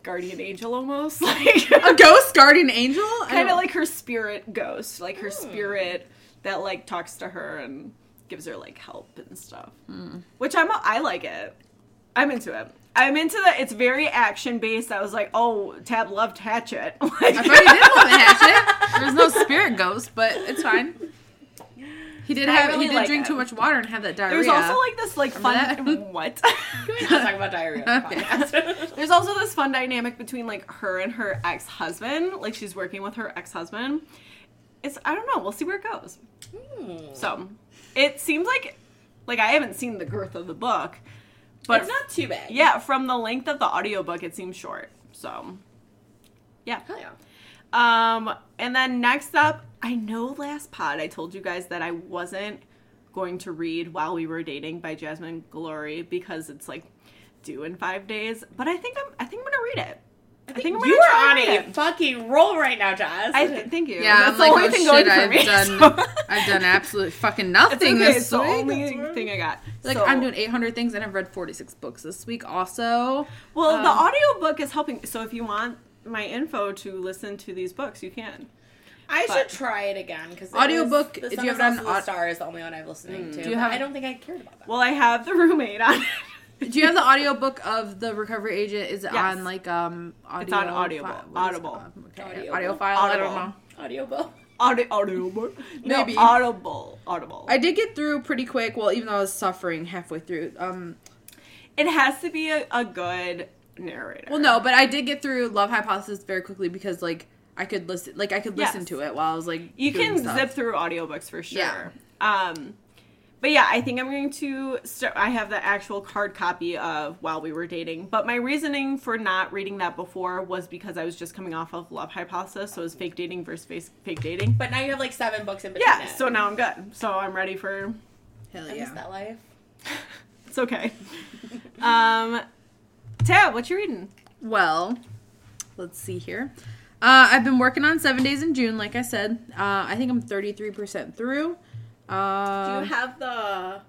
Speaker 3: guardian angel almost like
Speaker 2: a ghost guardian angel, I
Speaker 3: kind of
Speaker 2: don't- Hmm.
Speaker 3: like her spirit ghost, like her spirit that like talks to her and gives her like help and stuff.
Speaker 2: Hmm.
Speaker 3: Which I'm I like it. I'm into it. I'm into the. It's very action based. I was like, oh, Tab loved Hatchet. Like,
Speaker 2: I thought he did love the hatchet. There's no spirit ghost, but it's fine. He did
Speaker 3: I
Speaker 2: have
Speaker 3: really
Speaker 2: he did
Speaker 3: like
Speaker 2: drink
Speaker 3: it.
Speaker 2: too much water and have that diarrhea.
Speaker 3: There's also like this like fun
Speaker 2: Remember
Speaker 3: what.
Speaker 4: Can we not talk about diarrhea on the
Speaker 2: Okay.
Speaker 4: podcast?
Speaker 3: There's also this fun dynamic between like her and her ex husband. Like she's working with her ex husband. It's I don't know. We'll see where it goes.
Speaker 4: Hmm.
Speaker 3: So it seems like like I haven't seen the girth of the book, but
Speaker 4: it's not too bad.
Speaker 3: Yeah, from the length of the audiobook, it seems short. So, yeah.
Speaker 4: Hell yeah.
Speaker 3: Um, and then next up, I know last pod I told you guys that I wasn't going to read While We Were Dating by Jasmine Glory because it's like due in five days. But I think I'm I think I'm gonna read it. I think, I'm
Speaker 4: You
Speaker 3: gonna
Speaker 4: are
Speaker 3: try
Speaker 4: on
Speaker 3: and read
Speaker 4: a fucking roll right now, Joss.
Speaker 3: I th- thank you.
Speaker 2: yeah,
Speaker 3: That's
Speaker 2: I'm
Speaker 3: the
Speaker 2: like,
Speaker 3: only
Speaker 2: oh
Speaker 3: thing
Speaker 2: shit,
Speaker 3: going for
Speaker 2: I've
Speaker 3: me.
Speaker 2: done
Speaker 3: so-
Speaker 2: I've done absolutely fucking
Speaker 3: It's
Speaker 2: nothing
Speaker 3: okay,
Speaker 2: this
Speaker 3: it's the
Speaker 2: week.
Speaker 3: only thing I got.
Speaker 2: Like
Speaker 3: So-
Speaker 2: I'm doing 800 things and I've read 46 books this week. Also,
Speaker 3: Well, the
Speaker 2: Um,
Speaker 3: audiobook is helping. So if you want my info to listen to these books, you can.
Speaker 4: I
Speaker 3: but-
Speaker 4: should try it again because
Speaker 2: Audiobook,
Speaker 4: The
Speaker 2: do
Speaker 4: Sun
Speaker 2: you
Speaker 4: is
Speaker 2: have it on
Speaker 4: Also the
Speaker 2: au-
Speaker 4: Star is the only one I'm listening to.
Speaker 2: Do you
Speaker 4: but
Speaker 2: have-
Speaker 4: I don't think I cared about that.
Speaker 3: Well, I have the roommate on.
Speaker 2: do you have the audiobook of the recovery agent? Is it
Speaker 3: Yes.
Speaker 2: on like um audio?
Speaker 3: It's on Audible.
Speaker 2: fi- what is it
Speaker 3: Audible.
Speaker 2: called? Okay.
Speaker 4: Audible.
Speaker 2: Audio file. I don't
Speaker 3: Audible.
Speaker 2: know.
Speaker 4: Audiobook.
Speaker 3: Audi- audible. No,
Speaker 2: Maybe.
Speaker 3: audible. Audible.
Speaker 2: I did get through pretty quick. Well, even though I was suffering halfway through. Um,
Speaker 3: it has to be a, a good narrator.
Speaker 2: well, no, but I did get through Love Hypothesis very quickly because like I could listen, like I could
Speaker 3: Yes.
Speaker 2: listen to it while I was like
Speaker 3: You
Speaker 2: doing
Speaker 3: can
Speaker 2: stuff.
Speaker 3: zip through audiobooks for sure.
Speaker 2: Yeah.
Speaker 3: Um, but yeah, I think I'm going to start. I have the actual card copy of While We Were Dating. But my reasoning for not reading that before was because I was just coming off of Love Hypothesis, so it was fake dating versus fake, fake dating.
Speaker 4: But now you have like seven books in between.
Speaker 3: Yeah,
Speaker 4: it.
Speaker 3: so now I'm good. So I'm ready for
Speaker 2: Hell
Speaker 4: I miss
Speaker 2: yeah.
Speaker 4: that life.
Speaker 3: It's okay. um, Tab, what you reading?
Speaker 2: Well, let's see here. Uh, I've been working on Seven Days in June, like I said. Uh, I think I'm 33% through. Uh,
Speaker 4: have the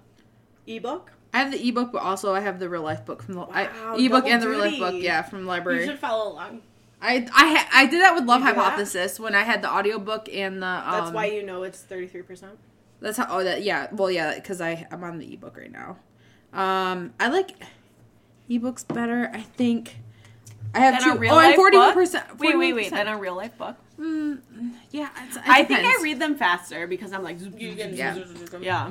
Speaker 4: ebook?
Speaker 2: I have the ebook, but also I have the real life book from the
Speaker 4: Wow,
Speaker 2: I, ebook and the
Speaker 4: double
Speaker 2: real life book,
Speaker 4: duty.
Speaker 2: yeah, from the
Speaker 4: You
Speaker 2: library.
Speaker 4: should follow along.
Speaker 2: I I ha- I did that with Love
Speaker 3: You do that?
Speaker 2: Hypothesis when I had the audiobook and the. Um,
Speaker 3: you know it's thirty three percent.
Speaker 2: That's how. Oh, that yeah. Well, yeah, because I I'm on the ebook right now. Um, I like ebooks better. I think. I have
Speaker 3: Then
Speaker 2: two.
Speaker 3: a real
Speaker 2: oh, I'm
Speaker 3: life
Speaker 2: 41
Speaker 3: book?
Speaker 2: percent.
Speaker 3: Wait, wait, wait. Then a real life book.
Speaker 2: Mm, yeah, it's, it
Speaker 3: I think I
Speaker 2: depends.
Speaker 3: read them faster because I'm like, zoop,
Speaker 4: You
Speaker 3: zoop,
Speaker 4: can
Speaker 3: zoop.
Speaker 2: Yeah.
Speaker 3: yeah.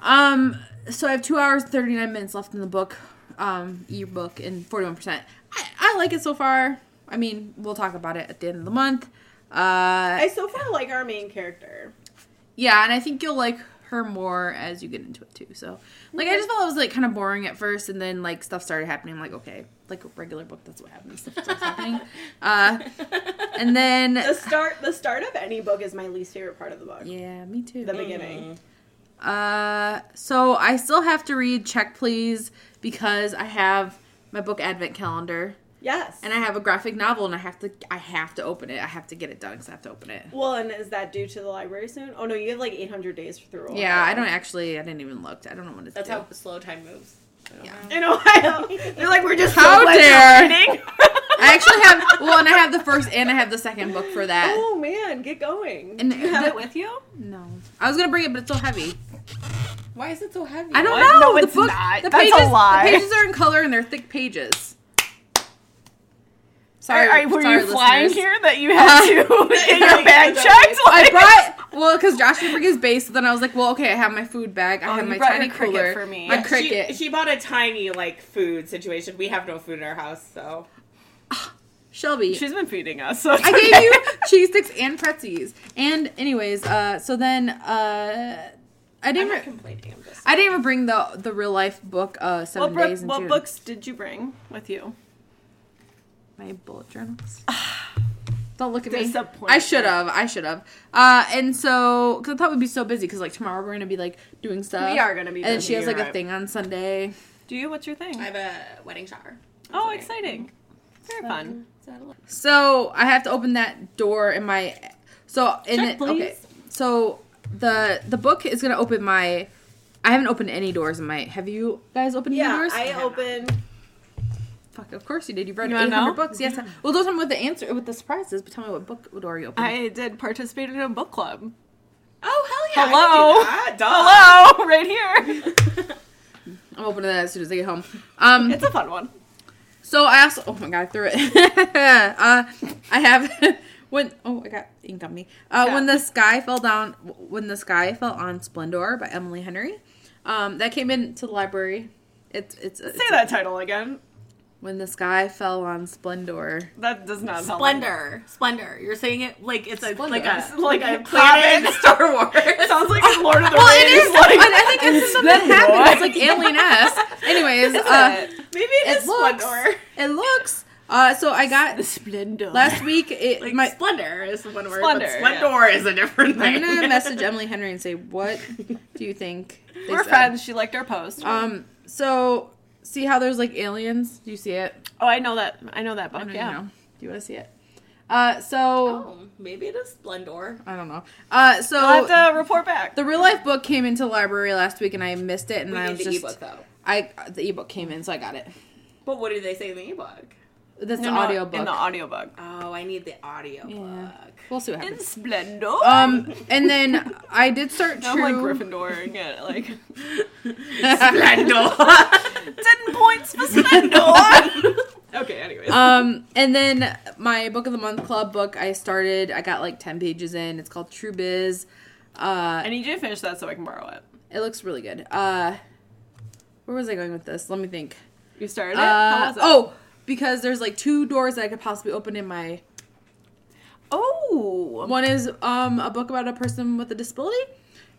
Speaker 2: Um, so I have two hours thirty nine minutes left in the book, um, ebook, and forty one percent. I I like it so far. I mean, we'll talk about it at the end of the month. Uh,
Speaker 3: so far like our main character.
Speaker 2: yeah, and I think you'll like her more as you get into it too. So, like, I just felt it was like kind of boring at first, and then like stuff started happening. I'm like, okay, like a regular book, that's what happens. Stuff starts happening. Uh, and then
Speaker 3: start, the start of any book is my least favorite part of the book.
Speaker 2: yeah, me too.
Speaker 3: beginning.
Speaker 2: Uh, so I still have to read Check Please because I have my book advent calendar.
Speaker 4: Yes.
Speaker 2: and I have a graphic novel, and I have to I have to open it. I have to get it done because I have to open it.
Speaker 4: well, and is that due to the library soon? Oh no, you have like 800 days through.
Speaker 2: Yeah, I don't actually. I didn't even look. I don't know what it's.
Speaker 4: That's
Speaker 2: do.
Speaker 4: how slow time moves. I don't
Speaker 2: Yeah.
Speaker 4: know.
Speaker 3: in Ohio. They're like, we're just
Speaker 2: How
Speaker 3: so glad
Speaker 2: dare.
Speaker 3: you're reading.
Speaker 2: I actually have. Well, and I have the first, and I have the second book for that.
Speaker 4: Oh man, get going.
Speaker 2: and
Speaker 3: you have
Speaker 2: the-
Speaker 3: it with you?
Speaker 2: No, I was gonna bring it, but it's so heavy.
Speaker 4: Why is it so heavy?
Speaker 2: I don't
Speaker 3: What?
Speaker 2: know.
Speaker 3: No,
Speaker 2: the
Speaker 3: it's
Speaker 2: book,
Speaker 3: not.
Speaker 2: The
Speaker 3: That's a
Speaker 2: pages, the
Speaker 3: lie.
Speaker 2: pages are in color and they're thick pages. Sorry,
Speaker 3: Sorry, were
Speaker 2: sorry,
Speaker 3: you flying
Speaker 2: listeners. Uh,
Speaker 3: here that you had to get your bag
Speaker 4: Is that
Speaker 3: checked?
Speaker 2: I
Speaker 3: Like,
Speaker 2: brought well because Josh didn't bring his base. So then I was like, well, okay, I have my food bag. I
Speaker 3: Oh,
Speaker 2: have
Speaker 3: you
Speaker 2: my
Speaker 3: brought
Speaker 2: tiny
Speaker 3: your cricket
Speaker 2: cooler
Speaker 3: for me.
Speaker 2: My
Speaker 3: Yeah,
Speaker 4: She-
Speaker 2: cricket.
Speaker 4: She, bought a tiny like food situation. We have no food in our house, so
Speaker 2: Shelby,
Speaker 3: she's been feeding us. So it's
Speaker 2: I gave
Speaker 3: okay.
Speaker 2: you cheese sticks and pretzels. And anyways, uh, so then uh, I
Speaker 4: I'm
Speaker 2: didn't.
Speaker 4: not
Speaker 2: re-
Speaker 4: complaining. I'm just
Speaker 2: I didn't even bring the the real life book. Uh,
Speaker 3: What,
Speaker 2: seven
Speaker 3: bro-
Speaker 2: days in
Speaker 3: what
Speaker 2: June.
Speaker 3: books did you bring with you?
Speaker 2: My bullet journals. Don't look at me.
Speaker 3: Disappointed.
Speaker 2: I should have. I should have. Uh, and so, because I thought we'd be so busy, because like tomorrow we're gonna be like doing stuff.
Speaker 3: We are gonna be
Speaker 2: And then
Speaker 3: busy,
Speaker 2: she has like
Speaker 3: you're
Speaker 2: a
Speaker 3: right.
Speaker 2: thing on Sunday.
Speaker 3: Do you? What's your thing?
Speaker 4: I have a wedding shower.
Speaker 3: oh, exciting. Very fun.
Speaker 2: So I have to open that door in my. So in
Speaker 3: Check,
Speaker 2: the,
Speaker 3: please.
Speaker 2: okay. So the the book is gonna open my. I haven't opened any doors in my. Have you guys opened any
Speaker 4: Yeah,
Speaker 2: doors?
Speaker 4: I opened.
Speaker 2: Fuck, of course you did. You've read
Speaker 3: You wanna
Speaker 2: 800
Speaker 3: know?
Speaker 2: books. Yes. Well, don't tell me what the answer, what the surprise is, but tell me what book door you opened.
Speaker 3: I did participate in a book club.
Speaker 4: Oh hell yeah!
Speaker 3: Hello?
Speaker 4: I could do
Speaker 3: Hello,
Speaker 4: that. Duh.
Speaker 3: right here.
Speaker 2: I'm opening that as soon as I get home. Um,
Speaker 3: It's a fun one.
Speaker 2: So I also, oh my god, I threw it. uh, I have when oh I got ink on me. Uh, When the sky fell down, when the sky fell on Splendor by Emily Henry. Um, that came into the library. It's it's, it's
Speaker 3: Say that title again.
Speaker 2: when the sky fell on Splendor.
Speaker 3: That does not sound like-
Speaker 4: Splendor, splendor. You're saying it like it's a like a
Speaker 2: Splendor.
Speaker 3: like a
Speaker 4: planet in
Speaker 3: planet.
Speaker 4: Star Wars.
Speaker 3: It sounds like in Lord of the
Speaker 2: Well, it
Speaker 3: Rings.
Speaker 2: is.
Speaker 3: like-
Speaker 2: and I think it's something that
Speaker 3: Splendor.
Speaker 2: happens. It's like alien esque. Anyways, uh,
Speaker 4: Maybe it
Speaker 2: it
Speaker 4: is
Speaker 2: looks.
Speaker 4: splendor.
Speaker 2: It looks. Uh, so I got
Speaker 3: Splendor.
Speaker 2: last week. It
Speaker 4: Like
Speaker 2: my
Speaker 4: splendor is one
Speaker 3: Splendor,
Speaker 4: word. Splendor,
Speaker 3: yeah.
Speaker 4: but splendor is a different
Speaker 2: I'm
Speaker 4: thing.
Speaker 2: gonna message Emily Henry and say, "What do you think?" they
Speaker 3: We're
Speaker 2: said?"
Speaker 3: friends. She liked our post.
Speaker 2: Um. So, see how there's like aliens? Do you see it?
Speaker 3: oh, I know that. I know that book.
Speaker 2: I don't
Speaker 3: Oh, yeah.
Speaker 2: know. Do you want to see it? Uh. So
Speaker 4: Oh, maybe it is splendor.
Speaker 2: I don't know. Uh. So
Speaker 3: I'll have to report back.
Speaker 2: the real life book came into the library last week, and I missed it, and
Speaker 4: We
Speaker 2: I
Speaker 4: need
Speaker 2: was
Speaker 4: the
Speaker 2: just
Speaker 4: ebook though.
Speaker 2: I the ebook came in, so I got it.
Speaker 4: But what do they say in the ebook?
Speaker 2: That's
Speaker 3: No,
Speaker 2: the
Speaker 3: no,
Speaker 2: audio book.
Speaker 3: In the audiobook.
Speaker 4: Oh, I need the audio
Speaker 2: Yeah.
Speaker 4: book.
Speaker 2: We'll see what
Speaker 3: In
Speaker 2: happens.
Speaker 3: Splendor.
Speaker 2: Um. And then I did start
Speaker 3: I'm like
Speaker 2: true.
Speaker 3: Gryffindoring it. Like
Speaker 4: Splendor.
Speaker 3: ten points for Uh, Splendor. okay. Anyways.
Speaker 2: um and then my book of the month club book i started i got like 10 pages in it's called true biz uh
Speaker 3: I need you to finish that so I can borrow it.
Speaker 2: It looks really good. Uh, where was I going with this? Let me think.
Speaker 3: You started it. How
Speaker 2: Uh,
Speaker 3: was it?
Speaker 2: oh, because there's like two doors that I could possibly open in my.
Speaker 3: Oh.
Speaker 2: One is um a book about a person with a disability,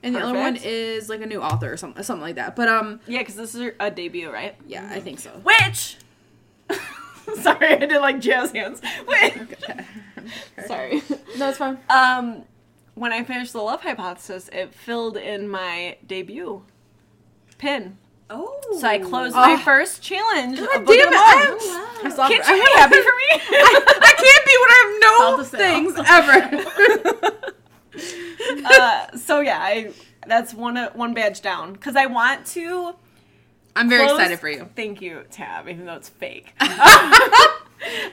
Speaker 2: and the other one
Speaker 3: Perfect.
Speaker 2: is like a new author or something, something like that. But um,
Speaker 3: Yeah, because this is a debut, right?
Speaker 2: yeah, I think so.
Speaker 3: Which. Sorry, I did like jazz hands. Which. Sorry.
Speaker 2: No, it's fine.
Speaker 3: Um, when I finished the Love Hypothesis, it filled in my debut pin.
Speaker 4: oh.
Speaker 3: So I closed
Speaker 2: Oh.
Speaker 3: my first challenge.
Speaker 2: God
Speaker 3: of
Speaker 2: damn
Speaker 3: Book of
Speaker 2: it!
Speaker 3: the
Speaker 2: I,
Speaker 3: Month.
Speaker 2: I saw-
Speaker 3: Can't
Speaker 2: I-
Speaker 3: you be happy for me?
Speaker 2: I, I can't be when
Speaker 4: All the
Speaker 2: I have no things ever.
Speaker 3: uh, so yeah, I that's one uh, one badge down because I want to.
Speaker 2: I'm very
Speaker 3: close-
Speaker 2: excited for you.
Speaker 3: Thank you, Tab. Even though it's fake.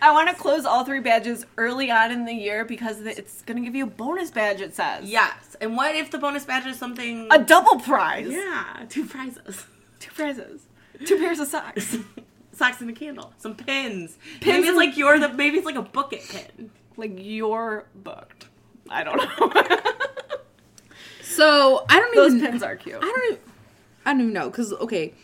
Speaker 3: I want to close all three badges early on in the year because it's going to give you a bonus badge. It says
Speaker 4: Yes. And what if the bonus badge is something?
Speaker 3: a double prize,
Speaker 4: yeah, two prizes.
Speaker 3: two prizes, two pairs of socks.
Speaker 4: Socks and a candle. Some pins.
Speaker 3: Pins
Speaker 4: Maybe it's
Speaker 3: and-
Speaker 4: like you're the maybe it's like a bucket pin.
Speaker 3: like you're booked. I don't know.
Speaker 2: So I don't
Speaker 3: Those
Speaker 2: even.
Speaker 3: pins are cute.
Speaker 2: I don't even, I don't even know because okay,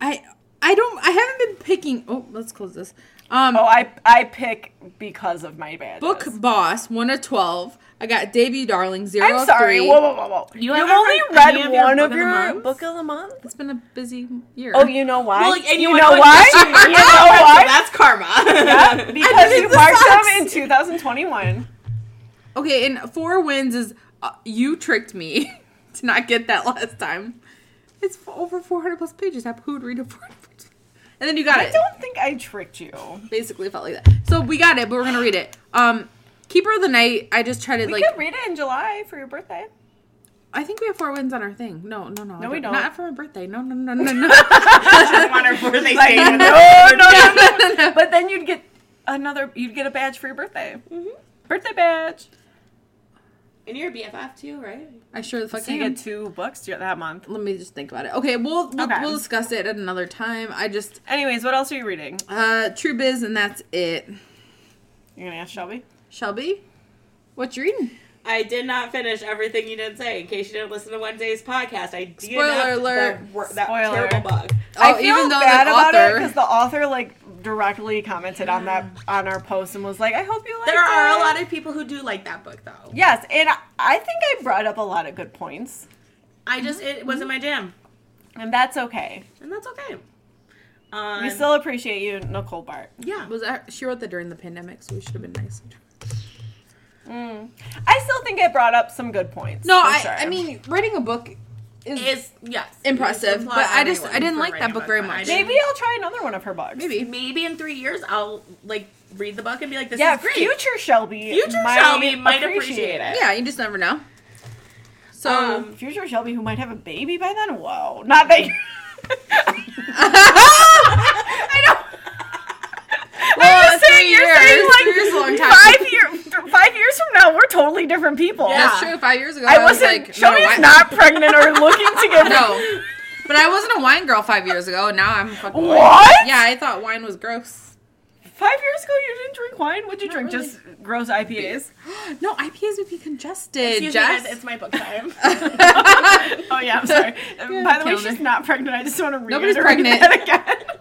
Speaker 2: I I don't I haven't been picking. Oh, let's close this. Um,
Speaker 3: Oh, I I pick because of my badges.
Speaker 2: book boss one of twelve. I got debut darling zero.
Speaker 3: I'm
Speaker 2: of
Speaker 3: sorry.
Speaker 2: three.
Speaker 3: Whoa, whoa, whoa, whoa. You,
Speaker 4: haven't
Speaker 3: only
Speaker 4: read
Speaker 3: read,
Speaker 4: any of your
Speaker 3: one
Speaker 4: book
Speaker 3: of
Speaker 4: of the
Speaker 3: your
Speaker 4: months?
Speaker 3: book of the month.
Speaker 2: It's been a busy year.
Speaker 3: Oh, you know why?
Speaker 4: Well, like, and
Speaker 3: you,
Speaker 4: you went
Speaker 3: know
Speaker 4: to a
Speaker 3: why?
Speaker 4: different
Speaker 3: you know why?
Speaker 4: That's karma.
Speaker 3: Yeah, because
Speaker 2: did
Speaker 3: you
Speaker 2: the
Speaker 3: marked them
Speaker 2: socks.
Speaker 3: in 2021.
Speaker 2: Okay, and four wins is uh, you tricked me to not get that last time. It's f- over four hundred plus pages. I who would read a four hundred? And then you got
Speaker 3: I
Speaker 2: it.
Speaker 3: don't think I tricked you.
Speaker 2: Basically, it felt like that. So we got it, but we're gonna read it. Um, Keeper of the Night. I just tried to
Speaker 3: We
Speaker 2: like.
Speaker 3: could read it in July for your birthday.
Speaker 2: I think we have four wins on our thing. No, no, no.
Speaker 3: No, we don't.
Speaker 2: Not for my birthday. No, no, no, no, no.
Speaker 4: Just wonder where they
Speaker 3: Like,
Speaker 4: say
Speaker 3: no,
Speaker 4: it.
Speaker 3: no, no, no, But then you'd get another. You'd get a badge for your birthday. Birthday badge.
Speaker 4: And you're a BFF too, right?
Speaker 2: I sure the fuck
Speaker 3: So you
Speaker 2: am.
Speaker 3: get two books that month.
Speaker 2: Let me just think about it. Okay, we'll we'll,
Speaker 3: Okay.
Speaker 2: we'll discuss it at another time. I just
Speaker 3: Anyways, what else are you reading?
Speaker 2: uh True Biz and that's it.
Speaker 3: You're gonna ask Shelby.
Speaker 2: Shelby, what you reading?
Speaker 4: I did not finish everything you did say. In case you didn't listen to Wednesday's podcast, I did
Speaker 2: Spoiler alert.
Speaker 4: That, wor- that
Speaker 3: Spoiler.
Speaker 4: terrible bug.
Speaker 2: Oh, even though the
Speaker 3: it
Speaker 2: author-
Speaker 3: because the author like directly commented on that on our post and was like, "I hope you like."
Speaker 4: There are a lot of people who do like that book, though.
Speaker 3: Yes, and I- I think I brought up a lot of good points,
Speaker 4: I just it wasn't my jam,
Speaker 3: and that's okay.
Speaker 4: and that's okay. Um,
Speaker 3: We still appreciate you, Nicole Bart.
Speaker 4: yeah.
Speaker 2: Was that she wrote that during the pandemic, so we should have been nice.
Speaker 3: Mm. I still think I brought up some good points.
Speaker 2: No,
Speaker 3: for
Speaker 2: I
Speaker 3: sure.
Speaker 2: I mean writing a book is,
Speaker 4: Is yes
Speaker 2: Impressive,
Speaker 4: It's
Speaker 2: but I just-
Speaker 4: applaud
Speaker 2: I didn't
Speaker 4: anyone
Speaker 2: like
Speaker 4: for
Speaker 2: that
Speaker 4: writing a
Speaker 2: book very
Speaker 4: but I
Speaker 2: much.
Speaker 4: didn't-
Speaker 3: maybe I'll try another one of her books.
Speaker 2: maybe
Speaker 4: maybe in three years I'll like read the book and be like, this
Speaker 3: Yeah,
Speaker 4: is great.
Speaker 3: future Shelby.
Speaker 4: Future Shelby might appreciate it.
Speaker 2: yeah, you just never know. So
Speaker 4: Um,
Speaker 3: Future Shelby, who might have a baby by then. Whoa, not that. You-
Speaker 2: I know. Well,
Speaker 3: I'm just
Speaker 2: three
Speaker 3: saying, you're
Speaker 2: years.
Speaker 3: saying, like,
Speaker 2: Three years is a long time.
Speaker 3: Five year, five years from now, we're totally different people.
Speaker 4: Yeah.
Speaker 2: That's true. Five years ago,
Speaker 3: I
Speaker 2: I, was
Speaker 3: wasn't.
Speaker 2: like,
Speaker 3: Shelby's
Speaker 2: I-
Speaker 3: not pregnant or looking to get.
Speaker 2: No, but I wasn't a wine girl five years ago, and now I'm a fucking. wine-
Speaker 3: What?
Speaker 2: Yeah, I thought wine was gross.
Speaker 3: Five years ago, you didn't drink wine. Would you drink?
Speaker 2: really.
Speaker 3: Just gross IPAs.
Speaker 2: No, IPAs would be congested.
Speaker 4: Excuse me, guys,
Speaker 2: Jess.
Speaker 4: it's my book time.
Speaker 3: Oh yeah, I'm sorry. By the way,
Speaker 2: Calendar.
Speaker 3: she's not pregnant. I just want to read
Speaker 2: Nobody's pregnant.
Speaker 3: that again.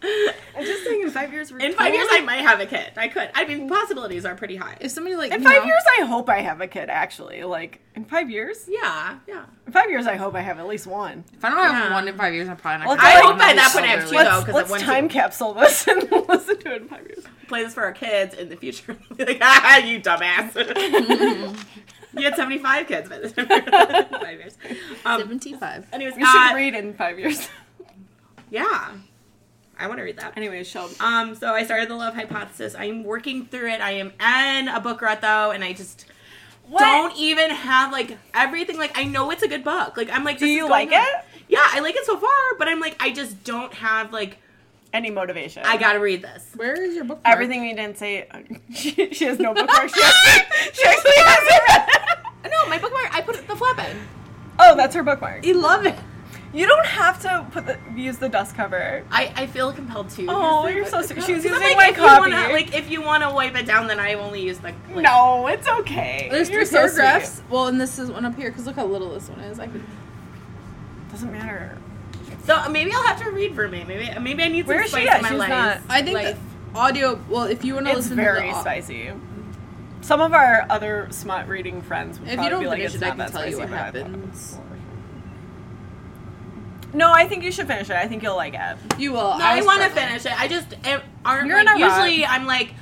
Speaker 3: I'm just saying, in five years, we're
Speaker 4: In five years, I might have a kid. I could. I mean, possibilities are pretty high.
Speaker 2: if somebody like
Speaker 3: In
Speaker 2: you
Speaker 3: five
Speaker 2: know-
Speaker 3: years, I hope I have a kid. Actually, like in five years,
Speaker 4: Yeah, yeah.
Speaker 3: in five years, I hope I have at least one.
Speaker 2: if I don't have
Speaker 4: Yeah.
Speaker 2: one in five years, I'm probably not.
Speaker 3: Well,
Speaker 2: gonna
Speaker 3: I
Speaker 2: have
Speaker 3: hope
Speaker 2: one.
Speaker 4: by
Speaker 2: I'll be
Speaker 4: that point I have
Speaker 2: sober.
Speaker 4: two, though.
Speaker 3: Let's,
Speaker 4: 'cause I
Speaker 3: let's
Speaker 4: want
Speaker 3: time
Speaker 4: to.
Speaker 3: capsule this and listen to it in five years.
Speaker 4: Play this for our kids in the future. Be like, ah, you dumbass. you had seventy-five kids by this five years. Um,
Speaker 2: Seventy-five.
Speaker 4: anyways,
Speaker 3: We should
Speaker 4: uh,
Speaker 3: read in five years.
Speaker 4: yeah, I want to read that.
Speaker 3: Anyway, Shelby.
Speaker 4: Um, so I started the Love Hypothesis. I'm working through it. I am in a book rut though, and I just don't even have like everything. Like I know it's a good book. Like I'm like,
Speaker 3: Do
Speaker 4: this is
Speaker 3: you
Speaker 4: going
Speaker 3: like
Speaker 4: on.
Speaker 3: it?
Speaker 4: Yeah, I like it so far, but I'm like, I just don't have like
Speaker 3: Any motivation?
Speaker 4: I gotta read this.
Speaker 2: Where is your book? mark?
Speaker 3: everything we didn't say. uh, She, she has no bookmark. She, has, she actually has it.
Speaker 4: No, my bookmark. I put it the flap in.
Speaker 3: Oh, that's her bookmark.
Speaker 2: You love it.
Speaker 3: You don't have to put the use the dust cover.
Speaker 4: I, I feel compelled to.
Speaker 3: Oh,
Speaker 4: use the
Speaker 3: you're
Speaker 4: book-
Speaker 3: so sweet.
Speaker 4: because
Speaker 3: She's
Speaker 4: I'm
Speaker 3: using my
Speaker 4: like, if you wanna-
Speaker 3: copy.
Speaker 4: like if you want to wipe it down, then I only use the. Like,
Speaker 3: No, it's okay.
Speaker 2: There's
Speaker 3: You're
Speaker 2: three
Speaker 3: so sweet.
Speaker 2: paragraphs. well, and this is one up here because look how little this one is. I could.
Speaker 3: Doesn't matter.
Speaker 4: So uh, maybe I'll have to read for me. Maybe uh, maybe I need some
Speaker 3: Where is
Speaker 4: spice
Speaker 3: she at?
Speaker 4: in my
Speaker 3: She's
Speaker 4: life.
Speaker 3: not-
Speaker 2: I think
Speaker 4: Like-
Speaker 2: the audio. Well, if you want to
Speaker 3: It's
Speaker 2: listen
Speaker 3: very
Speaker 2: to the au-
Speaker 3: spicy. Some of our other smut reading friends would
Speaker 2: If you
Speaker 3: probably
Speaker 2: don't
Speaker 3: be like,
Speaker 2: finish
Speaker 3: it's
Speaker 2: it, I
Speaker 3: not
Speaker 2: can
Speaker 3: that
Speaker 2: tell
Speaker 3: spicy.
Speaker 2: you what
Speaker 3: but I thought it
Speaker 2: happens.
Speaker 3: was. No, I think you should finish it. I think you'll like it.
Speaker 2: You will.
Speaker 4: No, I
Speaker 2: was
Speaker 4: want to
Speaker 2: struggling.
Speaker 4: finish it. I just am- aren't.
Speaker 3: You're in
Speaker 4: like,
Speaker 3: a rut.
Speaker 4: usually, I'm like,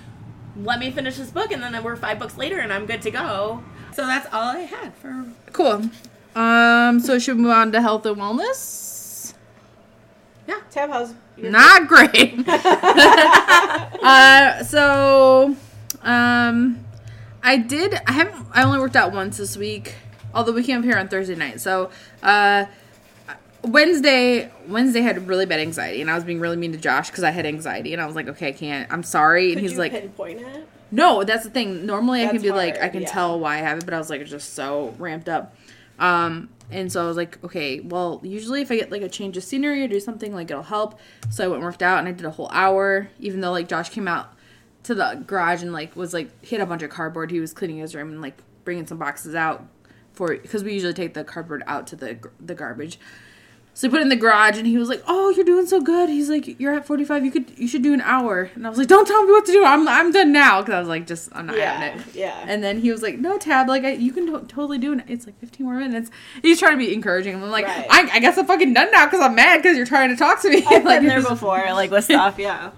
Speaker 4: let me finish this book, and then we're five books later, and I'm good to go. So that's all I had for.
Speaker 2: Cool. Um. So should we move on to health and wellness?
Speaker 3: Tab House.
Speaker 2: Not great. uh, so, um, I did. I haven't. I only worked out once this week. Although we came up here on Thursday night, so uh, Wednesday. Wednesday had really bad anxiety, and I was being really mean to Josh because I had anxiety, and I was like, "Okay, I can't. I'm sorry." and he's like,
Speaker 4: pinpoint it.
Speaker 2: no, that's the thing. Normally I can
Speaker 3: That's
Speaker 2: be like, I
Speaker 3: hard,
Speaker 2: can
Speaker 3: yeah.
Speaker 2: tell why I have it, but I was like, it's just so ramped up. Um, and so I was like, okay, well, usually if I get like a change of scenery or do something, like it'll help. So I went and worked out and I did a whole hour, even though like Josh came out to the garage and like was like, hit a bunch of cardboard. He was cleaning his room and like bringing some boxes out for, because we usually take the cardboard out to the, gr- the garbage. So I put it in the garage, and he was like, "Oh, you're doing so good." He's like, "You're at 45. You could, you should do an hour." And I was like, "Don't tell me what to do. I'm, I'm done now." Because I was like, "Just, I'm not having it."
Speaker 3: yeah.
Speaker 2: And then he was like, "No, Tab. Like, I, you can to- totally do it. It's like 15 more minutes." He's trying to be encouraging. I'm like,
Speaker 3: Right.
Speaker 2: I, "I guess I'm fucking done now because I'm mad because you're trying to talk to me."
Speaker 3: I've
Speaker 2: like,
Speaker 3: been there
Speaker 2: he's-
Speaker 3: before. Like with stuff, yeah.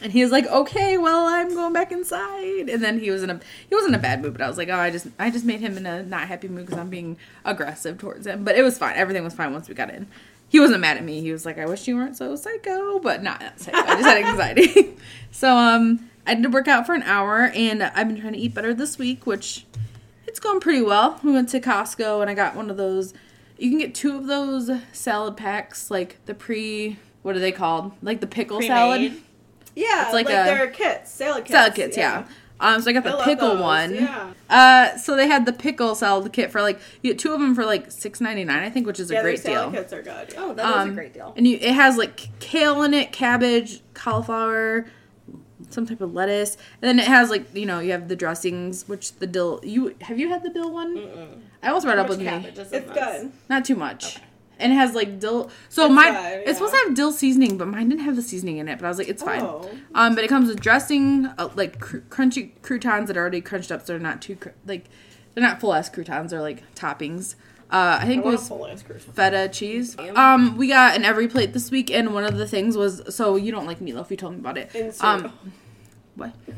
Speaker 2: and he was like, "Okay, well, I'm going back inside." And then he was in a he was in a bad mood, but I was like, "Oh, I just I just made him in a not happy mood because I'm being aggressive towards him." But it was fine. Everything was fine once we got in. he wasn't mad at me. He was like, I wish you weren't so psycho, but not not psycho. I just had anxiety. so um, I did work out for an hour, and I've been trying to eat better this week, which it's going pretty well. We went to Costco, and I got one of those. You can get two of those salad packs, like the pre. What are they called? Like the pickle salad.
Speaker 4: Pre-made.
Speaker 3: Yeah,
Speaker 2: It's like a-
Speaker 3: their kits, salad kits.
Speaker 2: Salad kits, yeah. Um, so I got
Speaker 3: I
Speaker 2: the
Speaker 3: love
Speaker 2: pickle
Speaker 3: those,
Speaker 2: one.
Speaker 3: Yeah,
Speaker 2: Uh, so they had the pickle salad kit for like you get two of them for like six ninety nine, I think, which is a
Speaker 3: yeah
Speaker 2: great
Speaker 3: their salad
Speaker 2: deal.
Speaker 3: kits are good. Oh, that
Speaker 2: Um,
Speaker 3: is a great deal.
Speaker 2: And you, it has like kale in it, cabbage, cauliflower, some type of lettuce, and then it has like you know you have the dressings, which the dill. You have you had the dill one? I almost brought it up with me.
Speaker 3: It's good.
Speaker 2: Not too much. And it has like dill. So
Speaker 3: It's
Speaker 2: mine,
Speaker 3: good,
Speaker 2: it's supposed to
Speaker 3: yeah.
Speaker 2: have dill seasoning, but mine didn't have the seasoning in it. But I was like, it's fine.
Speaker 3: Oh.
Speaker 2: Um, but it comes with dressing, uh, like cr- crunchy croutons that are already crunched up, so they're not too cr- like they're not full ass croutons. They're like toppings. Uh, I
Speaker 3: I
Speaker 2: think it
Speaker 3: want a
Speaker 2: was
Speaker 3: full ice cream.
Speaker 2: feta cheese. Um, we got an every plate this week, and one of the things was so you don't like meatloaf. You told me about it.
Speaker 3: And cereal.
Speaker 2: Um,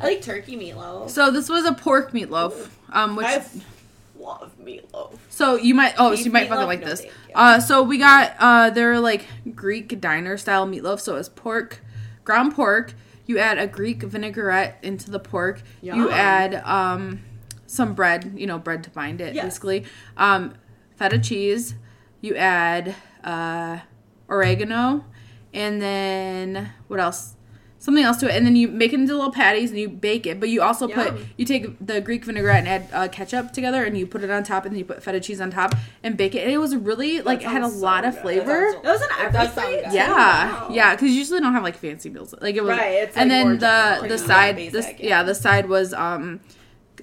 Speaker 4: I like turkey meatloaf.
Speaker 2: so this was a pork meatloaf. Um, which
Speaker 3: I love meatloaf.
Speaker 2: So you might oh so
Speaker 4: Beef
Speaker 2: you might
Speaker 4: meatloaf?
Speaker 2: fucking like
Speaker 4: No,
Speaker 2: this.
Speaker 4: thank you.
Speaker 2: Uh so we got uh they're like Greek diner style meatloaf, so it's pork, ground pork. You add a Greek vinaigrette into the pork. You
Speaker 3: Yum.
Speaker 2: add um some bread, you know, bread to bind it
Speaker 3: Yes.
Speaker 2: basically. Um feta cheese, you add uh oregano and then what else? Something else to it, and then you make it into little patties and you bake it. But you also put
Speaker 3: Yum.
Speaker 2: you take the Greek vinaigrette and add uh, ketchup together, and you put it on top, and then you put feta cheese on top and bake it. And it was really like it had a
Speaker 3: sounds so
Speaker 2: lot of
Speaker 3: good.
Speaker 2: flavor.
Speaker 3: That
Speaker 4: That was an every
Speaker 3: sounds
Speaker 4: plate.
Speaker 3: good.
Speaker 2: Yeah,
Speaker 3: Wow.
Speaker 2: yeah, because usually I don't have like fancy meals. Like it was,
Speaker 3: Right, it's,
Speaker 2: and
Speaker 3: like, more
Speaker 2: then the
Speaker 3: general,
Speaker 2: the
Speaker 3: like,
Speaker 2: side,
Speaker 3: basic,
Speaker 2: this
Speaker 3: yeah.
Speaker 2: yeah, the side was um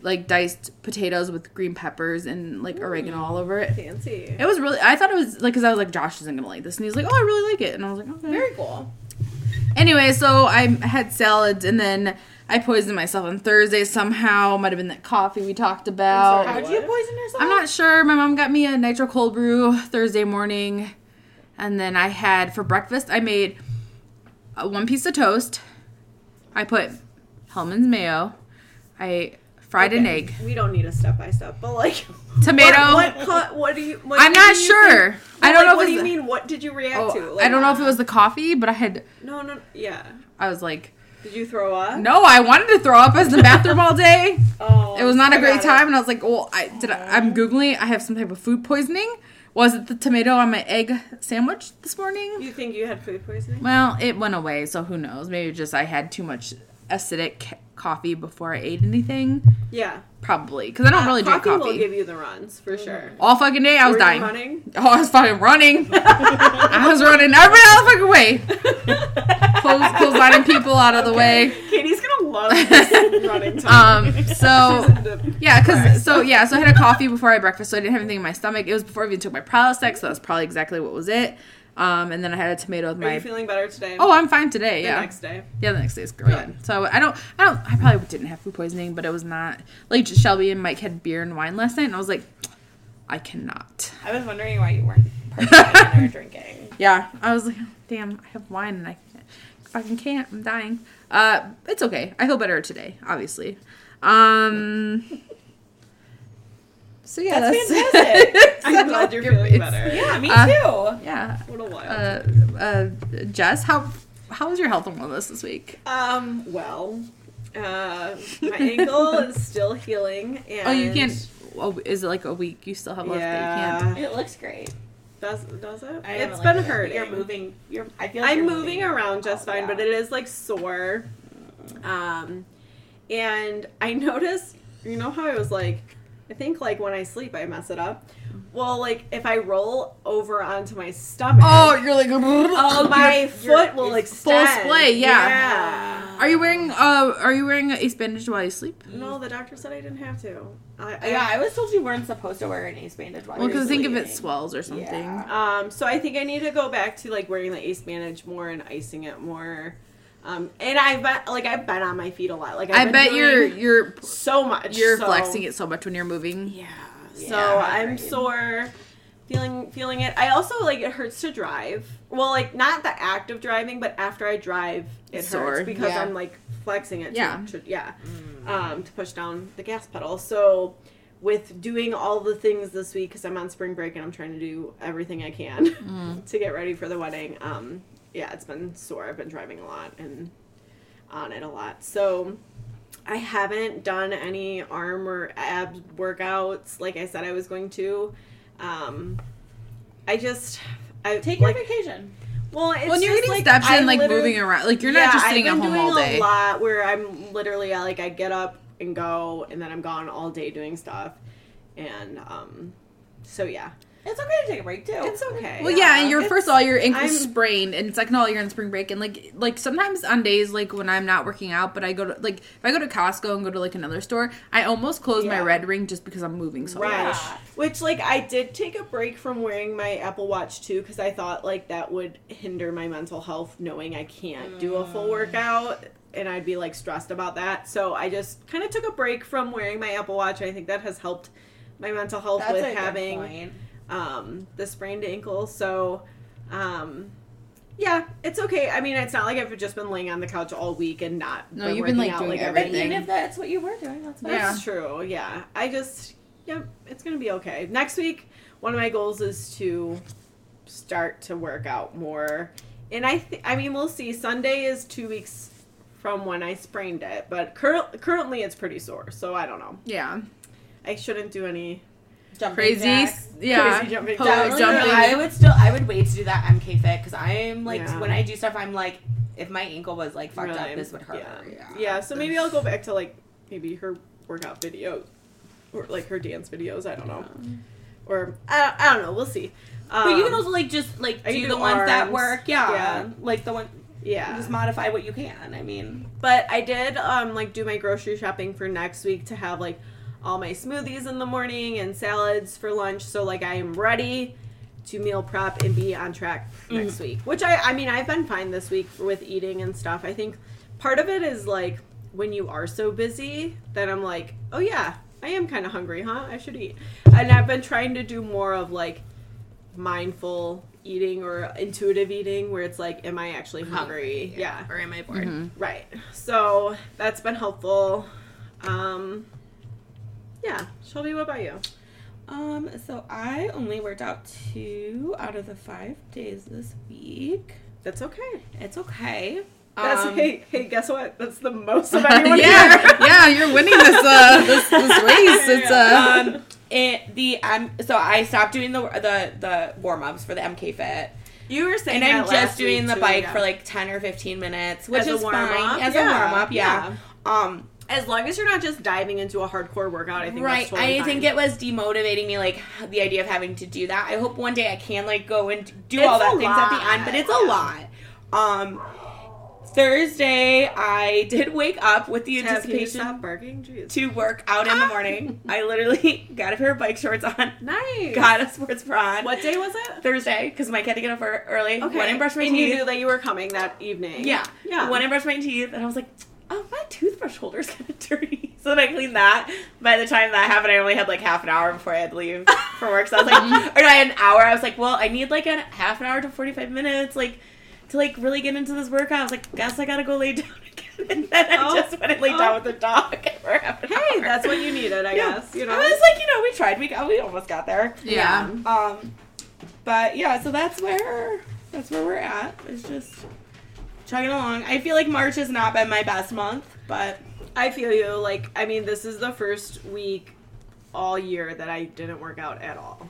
Speaker 2: like diced potatoes with green peppers and like oregano all over it.
Speaker 3: Fancy.
Speaker 2: It was really. I thought it was like because I was like Josh isn't gonna like this, and he's like, oh, I really like it, and I was like, okay.
Speaker 3: Very cool.
Speaker 2: Anyway, so I had salads and then I poisoned myself on Thursday somehow. Might have been that coffee we talked about.
Speaker 3: sorry,
Speaker 2: I'm,
Speaker 3: what?
Speaker 4: How'd you poison yourself?
Speaker 2: not sure. My mom got me a nitro cold brew Thursday morning. And then I had for breakfast, I made uh, one piece of toast. I put Hellman's mayo. I fried an
Speaker 3: Okay,
Speaker 2: egg.
Speaker 3: We don't need a step by step, but like
Speaker 2: Tomato.
Speaker 3: What, what, co- what do you? What
Speaker 2: I'm
Speaker 3: do
Speaker 2: not
Speaker 3: you
Speaker 2: sure.
Speaker 3: think-
Speaker 2: I don't
Speaker 3: like,
Speaker 2: know if
Speaker 3: What
Speaker 2: it's
Speaker 3: do you
Speaker 2: the-
Speaker 3: mean? What did you react to?
Speaker 2: Oh,
Speaker 3: Like,
Speaker 2: I don't know if it was the coffee, but I had,
Speaker 3: No, no. Yeah.
Speaker 2: I was like,
Speaker 3: Did you throw up?
Speaker 2: no, I wanted to throw up. I was in the bathroom all day.
Speaker 3: Oh,
Speaker 2: It was not a
Speaker 3: I
Speaker 2: great
Speaker 3: got it.
Speaker 2: time, and I was like, "Well, I did. I, I'm googling. I have some type of food poisoning. Was it the tomato on my egg sandwich this morning?
Speaker 3: You think you had food poisoning?
Speaker 2: Well, it went away, so who knows? Maybe just I had too much acidic ca- coffee before I ate anything.
Speaker 3: Yeah.
Speaker 2: Probably because I don't really
Speaker 3: Uh, coffee
Speaker 2: drink coffee
Speaker 3: will give you the runs for sure.
Speaker 2: all fucking day. I was
Speaker 3: Were you
Speaker 2: dying.
Speaker 3: running?
Speaker 2: Oh, I was fucking running. I was running every other fucking way. Close, close lining people out of the way.
Speaker 3: Katie's gonna love this running time.
Speaker 2: Um, so Yeah, because so yeah, so I had a coffee before I had breakfast, so I didn't have anything in my stomach. It was before I even took my Prilosec, so that's probably exactly what was it. Um, and then I had a tomato with
Speaker 3: Are you
Speaker 2: my.
Speaker 3: feeling better today?
Speaker 2: Oh, I'm fine today.
Speaker 3: the
Speaker 2: yeah,
Speaker 3: next day.
Speaker 2: yeah, the next day is great. So I don't, I don't, I probably didn't have food poisoning, but it was not like Shelby and Mike had beer and wine last night, and I was like, I cannot.
Speaker 4: I was wondering why you weren't partaking or drinking.
Speaker 2: Yeah, I was like, damn, I have wine and I can't, fucking can't. I'm dying. Uh, it's okay. I feel better today, obviously. Um. So yeah,
Speaker 4: That's
Speaker 2: that's-
Speaker 4: fantastic.
Speaker 3: I'm glad you're
Speaker 2: Your
Speaker 3: feeling
Speaker 2: face.
Speaker 3: better.
Speaker 4: yeah, me
Speaker 2: Uh,
Speaker 4: too.
Speaker 2: Yeah.
Speaker 3: What a while.
Speaker 2: Uh, uh, Jess, how how was your health and wellness this week?
Speaker 3: Um, well, uh, my ankle is still healing. And
Speaker 2: oh, you can't. Oh, is it like a week? You still have left that you can't.
Speaker 3: Yeah.
Speaker 4: It looks great.
Speaker 3: Does, does it?
Speaker 4: I
Speaker 3: It's
Speaker 4: haven't
Speaker 3: been
Speaker 4: liked it,
Speaker 3: hurting.
Speaker 4: but You're moving. You're. I feel. Like
Speaker 3: I'm
Speaker 4: you're
Speaker 3: moving around just
Speaker 4: Oh,
Speaker 3: fine,
Speaker 4: yeah.
Speaker 3: but it is like sore. Um, and I noticed, you know how I was like, I think like when I sleep I mess it up. Well, like if I roll over onto my stomach,
Speaker 2: you're like.
Speaker 3: oh, my foot will
Speaker 4: it's
Speaker 3: extend.
Speaker 2: splay, yeah.
Speaker 3: yeah.
Speaker 2: Are you wearing uh? Are you wearing a bandage while you sleep?
Speaker 3: No, the doctor said I didn't have to. I, I,
Speaker 4: Yeah, I was told you weren't supposed to wear an ace bandage while
Speaker 2: Well,
Speaker 4: you're
Speaker 2: because think if it
Speaker 4: sleeping.
Speaker 2: swells or something.
Speaker 4: Yeah.
Speaker 3: Um, so I think I need to go back to like wearing the ace bandage more and icing it more. Um, and I've been like I've been on my feet a lot. Like I've
Speaker 2: I
Speaker 3: been
Speaker 2: bet you're
Speaker 3: doing
Speaker 2: you're
Speaker 3: so much.
Speaker 2: you're
Speaker 3: so-
Speaker 2: flexing it so much when you're moving.
Speaker 3: Yeah. So
Speaker 4: Yeah,
Speaker 3: I'm
Speaker 4: right.
Speaker 3: sore, feeling feeling it. I also like it hurts to drive. Well, like not the act of driving, but after I drive, it
Speaker 2: It's sore,
Speaker 3: hurts because
Speaker 2: yeah.
Speaker 3: I'm like flexing it. to-
Speaker 2: Yeah.
Speaker 3: to, yeah. Um, to push down the gas pedal. So with doing all the things this week because I'm on spring break and I'm trying to do everything I can
Speaker 2: Mm.
Speaker 3: to get ready for the wedding. Um, yeah, it's been sore. I've been driving a lot and on it a lot. So I haven't done any arm or abs workouts like I said I was going to. Um, I just I
Speaker 4: Take
Speaker 3: like
Speaker 4: your vacation.
Speaker 3: well, it's
Speaker 2: when you're
Speaker 3: just
Speaker 2: getting
Speaker 3: like,
Speaker 2: steps
Speaker 3: I
Speaker 2: in, like
Speaker 3: literally-
Speaker 2: moving around, like you're
Speaker 3: Yeah,
Speaker 2: not just sitting
Speaker 3: I've
Speaker 2: at
Speaker 3: been
Speaker 2: home
Speaker 3: doing
Speaker 2: all day.
Speaker 3: A lot where I'm literally I, like I get up and go, and then I'm gone all day doing stuff, and um, so yeah,
Speaker 4: It's okay to take a break too.
Speaker 3: it's okay.
Speaker 2: Well, yeah, and you're
Speaker 3: It's-
Speaker 2: first of all your ankle's
Speaker 3: I'm-
Speaker 2: sprained, and second of all you're on spring break, and like like sometimes on days like when I'm not working out, but I go to like if I go to Costco and go to like another store, I almost close my
Speaker 3: Yeah.
Speaker 2: red ring just because I'm moving so
Speaker 3: Right.
Speaker 2: much.
Speaker 4: Yeah.
Speaker 3: Which, like, I did take a break from wearing my Apple Watch too because I thought, like, that would hinder my mental health knowing I can't do a
Speaker 4: Mm.
Speaker 3: full workout and I'd be, like, stressed about that. So I just kind of took a break from wearing my Apple Watch. I think that has helped my mental health
Speaker 4: That's
Speaker 3: with
Speaker 4: a good
Speaker 3: having
Speaker 4: point.
Speaker 3: um, the sprained ankle. So, um, yeah, it's okay. I mean, it's not like I've just been laying on the couch all week and not.
Speaker 2: No, you've been, like,
Speaker 3: working out
Speaker 2: doing
Speaker 3: like I
Speaker 4: But
Speaker 2: everything.
Speaker 4: even if that's what you were doing, that's fine.
Speaker 3: that's true. Yeah. I just, yep, it's going to be okay. Next week, one of my goals is to start to work out more. And I th- I mean, we'll see. Sunday is 2 weeks from when I sprained it, but cur- currently it's pretty sore, so I don't know.
Speaker 2: Yeah,
Speaker 3: I shouldn't do any
Speaker 4: Jumping
Speaker 2: crazy,
Speaker 4: jacks.
Speaker 2: yeah,
Speaker 3: Crazy jumping
Speaker 2: pole
Speaker 3: jacks.
Speaker 4: Definitely,
Speaker 2: jumping.
Speaker 4: I would still, I would wait to do that MK fit because I am like,
Speaker 3: Yeah.
Speaker 4: when I do stuff, I'm like, if my ankle was like fucked
Speaker 3: really-
Speaker 4: up, this would hurt.
Speaker 3: Yeah. Yeah, so maybe I'll go back to like maybe her workout videos or like her dance videos, I don't know. Or I, I don't know, we'll see. Um,
Speaker 4: But you can also like just like
Speaker 3: I can
Speaker 4: do
Speaker 3: do
Speaker 4: the ones that
Speaker 3: arms.
Speaker 4: work. Yeah.
Speaker 3: Yeah.
Speaker 4: Like the one,
Speaker 3: yeah.
Speaker 4: just modify what you can. I mean,
Speaker 3: But I did um like do my grocery shopping for next week to have like all my smoothies in the morning and salads for lunch. So like I am ready to meal prep and be on track next week. Which I I mean I've been fine this week with eating and stuff. I think part of it is like when you are so busy that I'm like, "Oh yeah, I am kind of hungry, huh? I should eat." And I've been trying to do more of like mindful eating or intuitive eating where it's like, "Am I actually hungry?" yeah. Mm-hmm.
Speaker 4: Or am I bored?
Speaker 3: Right. So that's been helpful. Um, yeah. Shelby, what about you?
Speaker 4: Um, so I only worked out two out of the five days this week.
Speaker 3: That's okay.
Speaker 4: It's okay.
Speaker 3: That's
Speaker 4: Um,
Speaker 3: hey hey. Guess what? That's the most of anyone. here.
Speaker 2: yeah, yeah, you're winning this uh this, this race. It's uh
Speaker 4: um, it the um, so I stopped doing the the the warm ups for the MK Fit,
Speaker 3: You were saying,
Speaker 4: and I'm
Speaker 3: that
Speaker 4: just
Speaker 3: last week,
Speaker 4: doing the
Speaker 3: too,
Speaker 4: bike
Speaker 3: yeah.
Speaker 4: for like ten or fifteen minutes, which
Speaker 3: As a
Speaker 4: is
Speaker 3: warm-up?
Speaker 4: fine as
Speaker 3: Yeah,
Speaker 4: a warm up. Yeah. Um.
Speaker 3: As long as you're not just diving into a hardcore workout, I think
Speaker 4: right.
Speaker 3: That's totally
Speaker 4: I
Speaker 3: fine.
Speaker 4: think it was demotivating me, like the idea of having to do that. I hope one day I can like go and do
Speaker 3: It's
Speaker 4: all that
Speaker 3: a
Speaker 4: things at the
Speaker 3: lot,
Speaker 4: end, but it's
Speaker 3: yeah.
Speaker 4: a lot. Um. Thursday, I did wake up with the
Speaker 3: Tab, can you Ah!
Speaker 4: anticipation
Speaker 3: stop barking. Jeez.
Speaker 4: to work out in the morning. I literally got a pair of bike shorts on,
Speaker 3: Nice.
Speaker 4: got a sports bra on.
Speaker 3: What day was it?
Speaker 4: Thursday because Mike had to get up ear- early. Went and brushed my
Speaker 3: and
Speaker 4: teeth.
Speaker 3: you knew that you were coming that evening.
Speaker 4: yeah,
Speaker 3: Yeah.
Speaker 4: Went and brushed my teeth, and I was like, "Oh, my toothbrush holder's kind of dirty." So then I cleaned that. By the time that happened, I only had like half an hour before I had to leave for work. So I was like, or no, I had an hour. I was like, "Well, I need like a half an hour to forty-five minutes, like." To like really get into this workout, I was like, guess I gotta go lay down again. And then I
Speaker 3: Oh.
Speaker 4: just went and laid
Speaker 3: Oh.
Speaker 4: down with the dog for half an
Speaker 3: Hey,
Speaker 4: hour.
Speaker 3: that's what you needed, I
Speaker 4: Yeah.
Speaker 3: guess. You know.
Speaker 4: I was like, you know, we tried. We got, we almost got there.
Speaker 2: yeah.
Speaker 4: Um, but yeah, so that's where that's where we're at. It's just chugging along. I feel like March has not been my best month, but
Speaker 3: I feel you. Like, I mean, this is the first week all year that I didn't work out at all,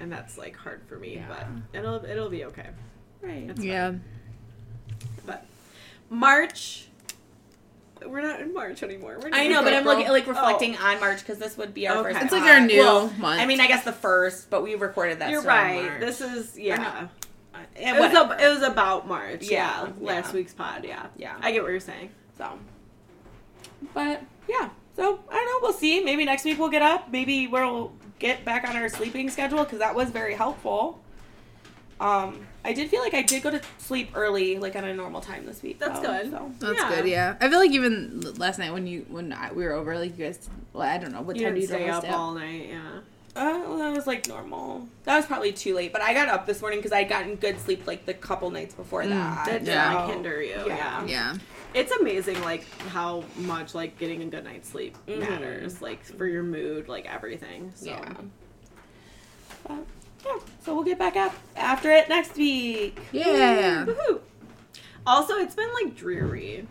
Speaker 3: and that's like hard for me. But it'll it'll be okay.
Speaker 4: right.
Speaker 2: yeah.
Speaker 3: But March, we're not in March anymore. We're
Speaker 4: I know, but I'm
Speaker 2: April.
Speaker 4: looking like reflecting on March because this would be our
Speaker 3: Oh. Okay.
Speaker 4: first.
Speaker 3: It's
Speaker 2: like
Speaker 4: pod.
Speaker 2: our new
Speaker 4: Well,
Speaker 2: month.
Speaker 4: I mean, I guess the first, but we recorded that.
Speaker 3: You're
Speaker 4: still in
Speaker 3: right.
Speaker 4: March.
Speaker 3: This is yeah.
Speaker 4: And
Speaker 3: It was,
Speaker 4: whatever.
Speaker 3: ab- it was about March. Yeah,
Speaker 4: Yeah,
Speaker 3: last
Speaker 4: yeah.
Speaker 3: week's pod. Yeah,
Speaker 4: Yeah.
Speaker 3: I get what you're saying.
Speaker 4: So, but yeah. So I don't know. We'll see. Maybe next week we'll get up. Maybe we'll get back on our sleeping schedule because that was very helpful. Um, I did feel like I did go to sleep early, like on a normal time this week.
Speaker 3: That's
Speaker 4: though,
Speaker 3: good.
Speaker 4: So.
Speaker 2: That's
Speaker 3: Yeah.
Speaker 2: good. Yeah, I feel like even l- last night when you when I, we were over, like you guys, well, I don't know what
Speaker 3: You
Speaker 2: time
Speaker 3: didn't
Speaker 2: you guys
Speaker 3: stay
Speaker 2: stay
Speaker 3: up all night. Yeah.
Speaker 4: Uh, well, that was like normal. That was probably too late, but I got up this morning because I had gotten good sleep like the couple nights before that.
Speaker 3: That did
Speaker 2: Yeah.
Speaker 3: not hinder you. Yeah.
Speaker 4: Yeah.
Speaker 2: Yeah,
Speaker 3: it's amazing like how much like getting a good night's sleep
Speaker 4: Mhm.
Speaker 3: matters like for your mood like everything so
Speaker 2: Yeah.
Speaker 4: But, yeah, so we'll get back up after it next week.
Speaker 2: Yeah.
Speaker 3: Woohoo. also it's been like dreary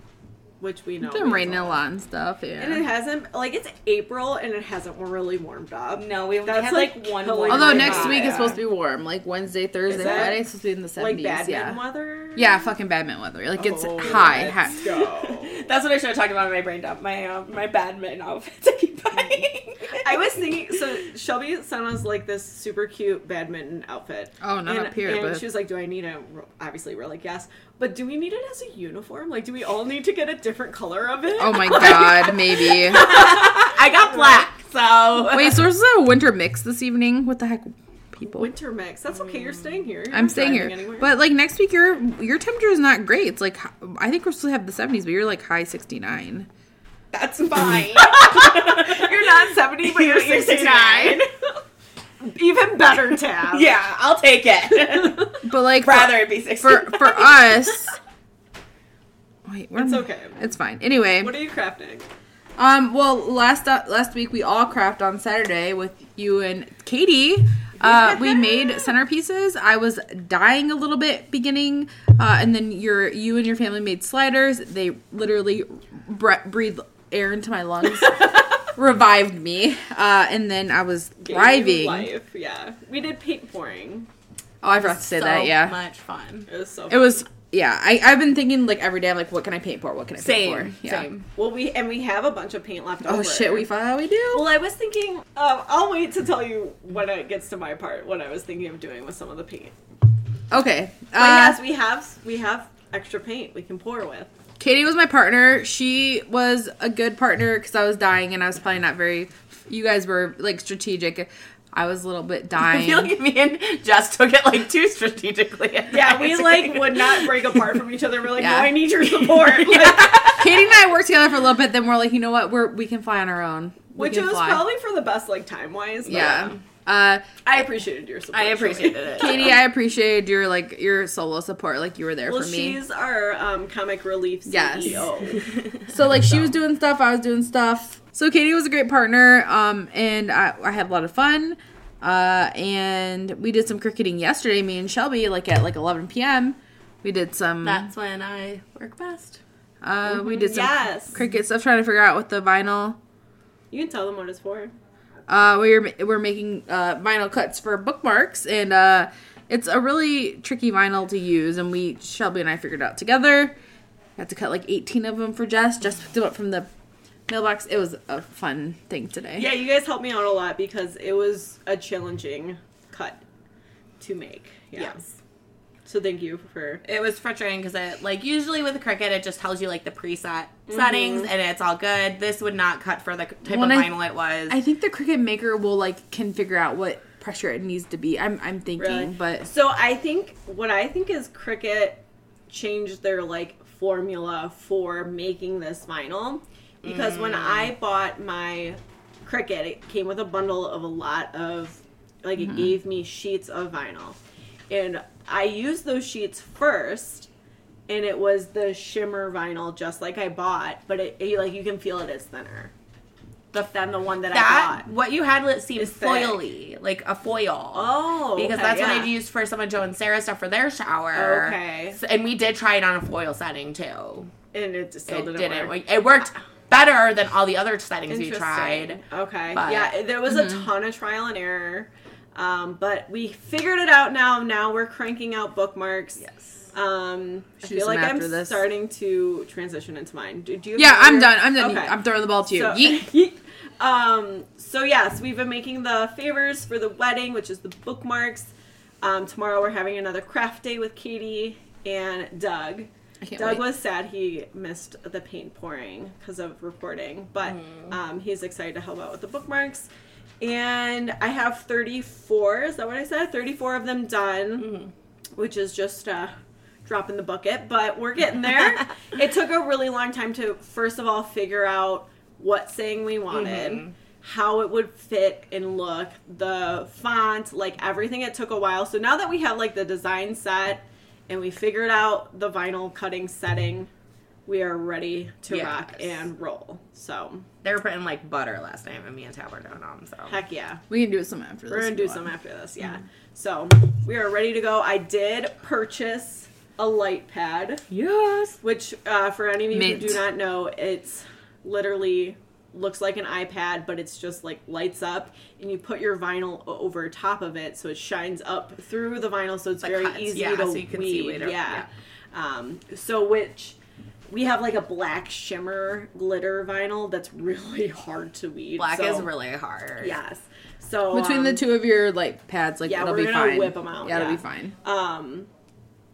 Speaker 3: which we know
Speaker 2: It's been
Speaker 3: means
Speaker 2: raining a
Speaker 3: lot.
Speaker 2: lot and stuff.
Speaker 3: and it
Speaker 2: Yeah.
Speaker 3: hasn't like it's april and it hasn't really warmed up
Speaker 4: No, we only
Speaker 3: That's,
Speaker 4: had like,
Speaker 3: like,
Speaker 4: one.
Speaker 3: killing
Speaker 4: warm
Speaker 2: Although
Speaker 3: really
Speaker 2: next
Speaker 3: hot,
Speaker 2: week
Speaker 4: yeah.
Speaker 2: is supposed to be warm, like Wednesday, Thursday,
Speaker 3: that
Speaker 2: Friday, it's supposed to be in the
Speaker 3: like
Speaker 2: seventies.
Speaker 3: bad
Speaker 2: yeah.
Speaker 3: weather
Speaker 2: Yeah, fucking badminton weather. Like it's
Speaker 3: Oh,
Speaker 2: high, high.
Speaker 3: let's go.
Speaker 4: That's what I should have talked about in my brain dump. My um, my badminton outfits I keep buying.
Speaker 3: I was thinking, so Shelby sent us like this super cute badminton outfit.
Speaker 2: Oh, not
Speaker 3: and,
Speaker 2: up here,
Speaker 3: And
Speaker 2: but-
Speaker 3: she was like, "Do I need a?" Obviously, we're like, "Yes," but do we need it as a uniform? Like, do we all need to get a different color of it?
Speaker 2: Oh my god, maybe.
Speaker 4: I got black, so
Speaker 2: Wait, so is a winter mix this evening? What the heck, people?
Speaker 3: Winter mix. That's okay. You're staying here. You're
Speaker 2: I'm
Speaker 3: not
Speaker 2: staying here,
Speaker 3: driving anywhere.
Speaker 2: but like next week, your your temperature is not great. It's like h- I think we're still have the 70s, but you're like high 69.
Speaker 4: that's fine.
Speaker 3: you're not seventy, but you're
Speaker 4: You're
Speaker 3: sixty nine. Even better, Tab.
Speaker 4: yeah, I'll take it.
Speaker 2: But like for-
Speaker 4: Rather it be six.
Speaker 2: for for, us. Wait, we're
Speaker 3: it's okay.
Speaker 2: It's fine. Anyway,
Speaker 3: What are you crafting?
Speaker 2: Um. Well, last uh, last week we all craft on Saturday with you and Katie. Uh, we made centerpieces. I was dying a little bit beginning, uh, and then your you and your family made sliders. They literally bre- breathed air into my lungs, revived me, uh, and then I was
Speaker 3: Gave you
Speaker 2: thriving. Oh,
Speaker 3: Life. Yeah. We did paint pouring.
Speaker 2: I forgot to say that. Yeah,
Speaker 4: much fun.
Speaker 3: It was so.
Speaker 2: it was. Yeah, I, I've been thinking like every day. I'm like, what can I paint for? What can I paint
Speaker 4: Same,
Speaker 2: for? Yeah.
Speaker 4: same.
Speaker 3: Well, we and we have a bunch of paint left over.
Speaker 2: Oh shit, we finally do.
Speaker 3: Well, I was thinking. Uh, I'll wait to tell you when it gets to my part. What I was thinking of doing with some of the paint.
Speaker 2: Okay.
Speaker 3: But
Speaker 2: Uh,
Speaker 3: yes, we have we have extra paint we can pour with.
Speaker 2: Katie was my partner. She was a good partner because I was dying and I was probably not very. You guys were like strategic. I was a little bit
Speaker 4: I feel
Speaker 2: dying.
Speaker 4: like me and Jess took it like too strategically.
Speaker 3: Yeah, we like would not break apart from each other. We're like,
Speaker 2: Yeah.
Speaker 3: no, I need your support. Like,
Speaker 2: Katie and I worked together for a little bit. Then we're like, you know what? We're we can fly on our own. We
Speaker 3: which
Speaker 2: can
Speaker 3: was
Speaker 2: fly.
Speaker 3: probably for the best, like time wise.
Speaker 2: yeah. Uh,
Speaker 3: I appreciated your support.
Speaker 4: I appreciated it.
Speaker 2: Katie, I appreciated your like your solo support. Like you were there
Speaker 3: Well,
Speaker 2: for me.
Speaker 3: she's our um, comic relief E
Speaker 2: Yes.
Speaker 3: CEO.
Speaker 2: So like she was doing stuff, I was doing stuff. So Katie was a great partner, um, and I, I had a lot of fun. Uh, and we did some cricketing yesterday, me and Shelby, like at like 11 p.m. We did some.
Speaker 4: when I work best.
Speaker 2: uh, we did some
Speaker 3: Yes.
Speaker 2: cricket stuff, trying to figure out what the vinyl.
Speaker 3: You can tell them what it's for.
Speaker 2: Uh, we were we're making uh, vinyl cuts for bookmarks, and uh, it's a really tricky vinyl to use. And we Shelby and I figured it out together. Had to cut like 18 of them for Jess. Jess picked them up from the mailbox. It was a fun thing today.
Speaker 3: Yeah, you guys helped me out a lot because it was a challenging cut to make. Yeah.
Speaker 4: Yes.
Speaker 3: So thank you for
Speaker 4: It was frustrating because it like usually with a cricket it just tells you like the preset
Speaker 3: Mm-hmm.
Speaker 4: settings and it's all good. This would not cut for the type
Speaker 2: When
Speaker 4: of
Speaker 2: I-
Speaker 4: vinyl it was.
Speaker 2: I think the Cricut Maker will like can figure out what pressure it needs to be. I'm I'm thinking,
Speaker 3: Really?
Speaker 2: but
Speaker 3: So I think what I think is Cricut changed their like formula for making this vinyl because when
Speaker 4: Mm.
Speaker 3: I bought my Cricut, it came with a bundle of a lot of like
Speaker 4: Mm-hmm.
Speaker 3: it gave me sheets of vinyl, and I used those sheets first. And it was the shimmer vinyl, just like I bought, but it, it- like you can feel it is thinner the, than the one that,
Speaker 4: that
Speaker 3: I bought.
Speaker 4: what you had let seemed
Speaker 3: Is thick.
Speaker 4: foily, like a foil.
Speaker 3: Oh,
Speaker 4: because
Speaker 3: okay,
Speaker 4: that's what
Speaker 3: yeah.
Speaker 4: I'd used for some of Joe and Sarah stuff for their shower.
Speaker 3: Okay.
Speaker 4: S- and we did try it on a foil setting too.
Speaker 3: And it just still
Speaker 4: it
Speaker 3: didn't,
Speaker 4: didn't.
Speaker 3: work.
Speaker 4: work. It worked better than all the other settings we tried.
Speaker 3: Okay.
Speaker 4: But-
Speaker 3: yeah, there was
Speaker 2: mm-hmm.
Speaker 3: a ton of trial and error. Um, but we figured it out now. Now we're cranking out bookmarks.
Speaker 4: Yes.
Speaker 3: Um, I
Speaker 2: Shoot
Speaker 3: feel like
Speaker 2: some
Speaker 3: I'm
Speaker 2: after this.
Speaker 3: starting to transition into mine. Do, do you? have
Speaker 2: yeah, I'm
Speaker 3: your-
Speaker 2: done. I'm done.
Speaker 3: Okay.
Speaker 2: I'm throwing the ball to you.
Speaker 3: So-
Speaker 2: Yeet.
Speaker 3: um, so yes, we've been making the favors for the wedding, which is the bookmarks. Um, tomorrow we're having another craft day with Katie and Doug.
Speaker 2: I can't
Speaker 3: Doug
Speaker 2: wait.
Speaker 3: was sad he missed the paint pouring because of reporting, but
Speaker 2: Mm.
Speaker 3: um, he's excited to help out with the bookmarks. And I have 34, is that what I said? 34 of
Speaker 2: Mm-hmm.
Speaker 3: them done, which is just a drop in the bucket, but we're getting there. it took a really long time to, first of all, figure out what saying we wanted. How it would fit and look, the font, like everything. It took a while. So now that we have like the design set and we figured out the vinyl cutting setting we are ready to
Speaker 4: Yes.
Speaker 3: rock and roll. So
Speaker 4: They were putting like butter last time, and me and Tab were doing them. So
Speaker 3: heck yeah,
Speaker 2: We can do some after this.
Speaker 3: we're gonna
Speaker 2: if
Speaker 3: do
Speaker 2: you
Speaker 3: some
Speaker 2: want.
Speaker 3: after this. Yeah. So we are ready to go. I did purchase a light pad.
Speaker 4: yes,
Speaker 3: which uh, for any of you
Speaker 2: Mint.
Speaker 3: who do not know, it's literally looks like an iPad, but it's just like lights up, and you put your vinyl o- over top of it, so it shines up through the vinyl, so it's
Speaker 4: Like
Speaker 3: very
Speaker 4: huts,
Speaker 3: easy
Speaker 4: yeah,
Speaker 3: to
Speaker 4: so you can see
Speaker 3: weed.
Speaker 4: way to-
Speaker 3: yeah. Um, so which we have like a black shimmer glitter vinyl that's really hard to weed.
Speaker 4: black
Speaker 3: so-
Speaker 4: is really hard.
Speaker 3: yes. So
Speaker 2: Between the
Speaker 3: um,
Speaker 2: two of your like pads, like
Speaker 3: yeah,
Speaker 2: it'll
Speaker 3: we're
Speaker 2: be
Speaker 3: gonna
Speaker 2: fine.
Speaker 3: whip 'em out,
Speaker 2: Yeah, it'll
Speaker 3: yeah.
Speaker 2: be fine.
Speaker 3: um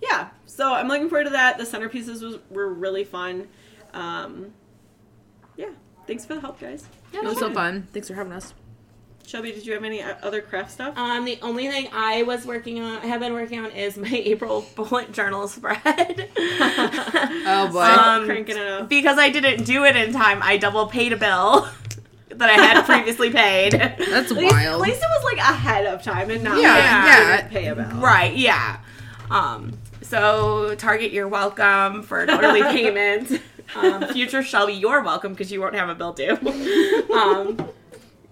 Speaker 3: yeah so i'm looking forward to that the centerpieces was, were really fun um yeah thanks for the help guys
Speaker 2: Yeah, it was so fun. Thanks for having us.
Speaker 3: shelby did you have any o- other craft stuff
Speaker 4: Um, the only thing I was working on, have been working on, is my April bullet journal spread.
Speaker 2: Oh boy.
Speaker 4: Um,
Speaker 3: cranking it up
Speaker 4: because I didn't do it in time, I double paid a bill that I had previously paid.
Speaker 2: That's
Speaker 3: at least, at
Speaker 2: wild.
Speaker 3: least it was like ahead of time and not
Speaker 2: Yeah,
Speaker 3: yeah,
Speaker 2: yeah.
Speaker 3: like, yeah. pay about
Speaker 4: Right, yeah. Um, so Target, you're welcome for quarterly payment. Um, future Shelby, you're welcome because you won't have a bill due. Um,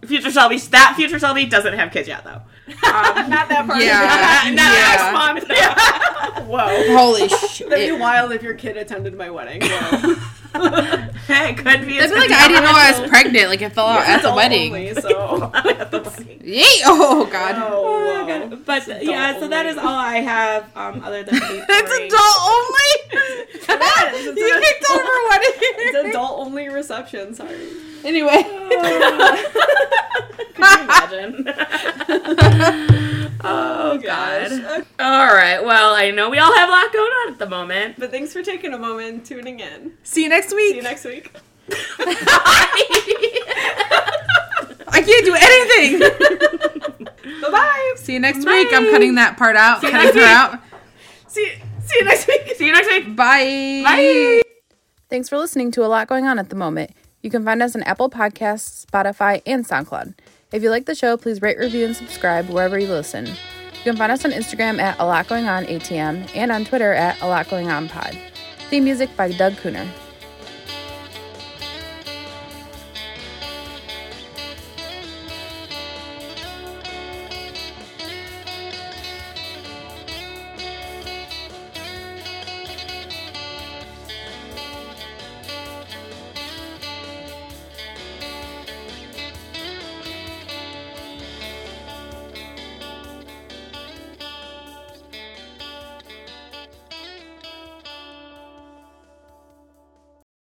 Speaker 4: future Shelby, that future Shelby doesn't have kids yet though. Um,
Speaker 3: not that far
Speaker 2: Yeah.
Speaker 4: not next
Speaker 2: Yeah.
Speaker 4: month. Yeah.
Speaker 3: whoa
Speaker 2: Holy
Speaker 3: that'd be
Speaker 2: shit.
Speaker 3: wild if your kid attended my wedding Whoa.
Speaker 4: it could be.
Speaker 2: I
Speaker 4: it's
Speaker 2: feel like
Speaker 4: gonna
Speaker 2: I
Speaker 4: be
Speaker 2: didn't know
Speaker 4: on
Speaker 2: I was pregnant. Like it fell out at the
Speaker 3: Adult
Speaker 2: wedding.
Speaker 3: only, so
Speaker 4: at the wedding.
Speaker 2: Yay! Oh god.
Speaker 3: Oh,
Speaker 4: Oh,
Speaker 3: whoa.
Speaker 4: God. But yeah, so that is all I have um, other than the
Speaker 2: That's
Speaker 4: story.
Speaker 2: adult
Speaker 3: is,
Speaker 2: only.
Speaker 3: Oh, it's
Speaker 2: you
Speaker 3: an
Speaker 2: kicked over one
Speaker 3: it's
Speaker 2: here.
Speaker 3: adult only reception sorry
Speaker 2: Anyway.
Speaker 3: imagine
Speaker 4: Oh
Speaker 3: Gosh.
Speaker 4: God. All right. Well, I know we all have a lot going on at the moment.
Speaker 3: but thanks for taking a moment and tuning in
Speaker 2: See you next week.
Speaker 3: see you next week
Speaker 2: I can't do anything.
Speaker 3: bye bye
Speaker 2: See you next week. I'm cutting that part out.
Speaker 4: you
Speaker 2: cutting
Speaker 4: next
Speaker 2: her out.
Speaker 4: see, see you next week. See you next week.
Speaker 2: Bye.
Speaker 4: Bye.
Speaker 5: Thanks for listening to A Lot Going On at the Moment. You can find us on Apple Podcasts, Spotify, and SoundCloud. If you like the show, please rate, review, and subscribe wherever you listen. You can find us on Instagram at A Lot Going On ATM and on Twitter at A Lot Going On Pod. Theme music by Doug Cooner.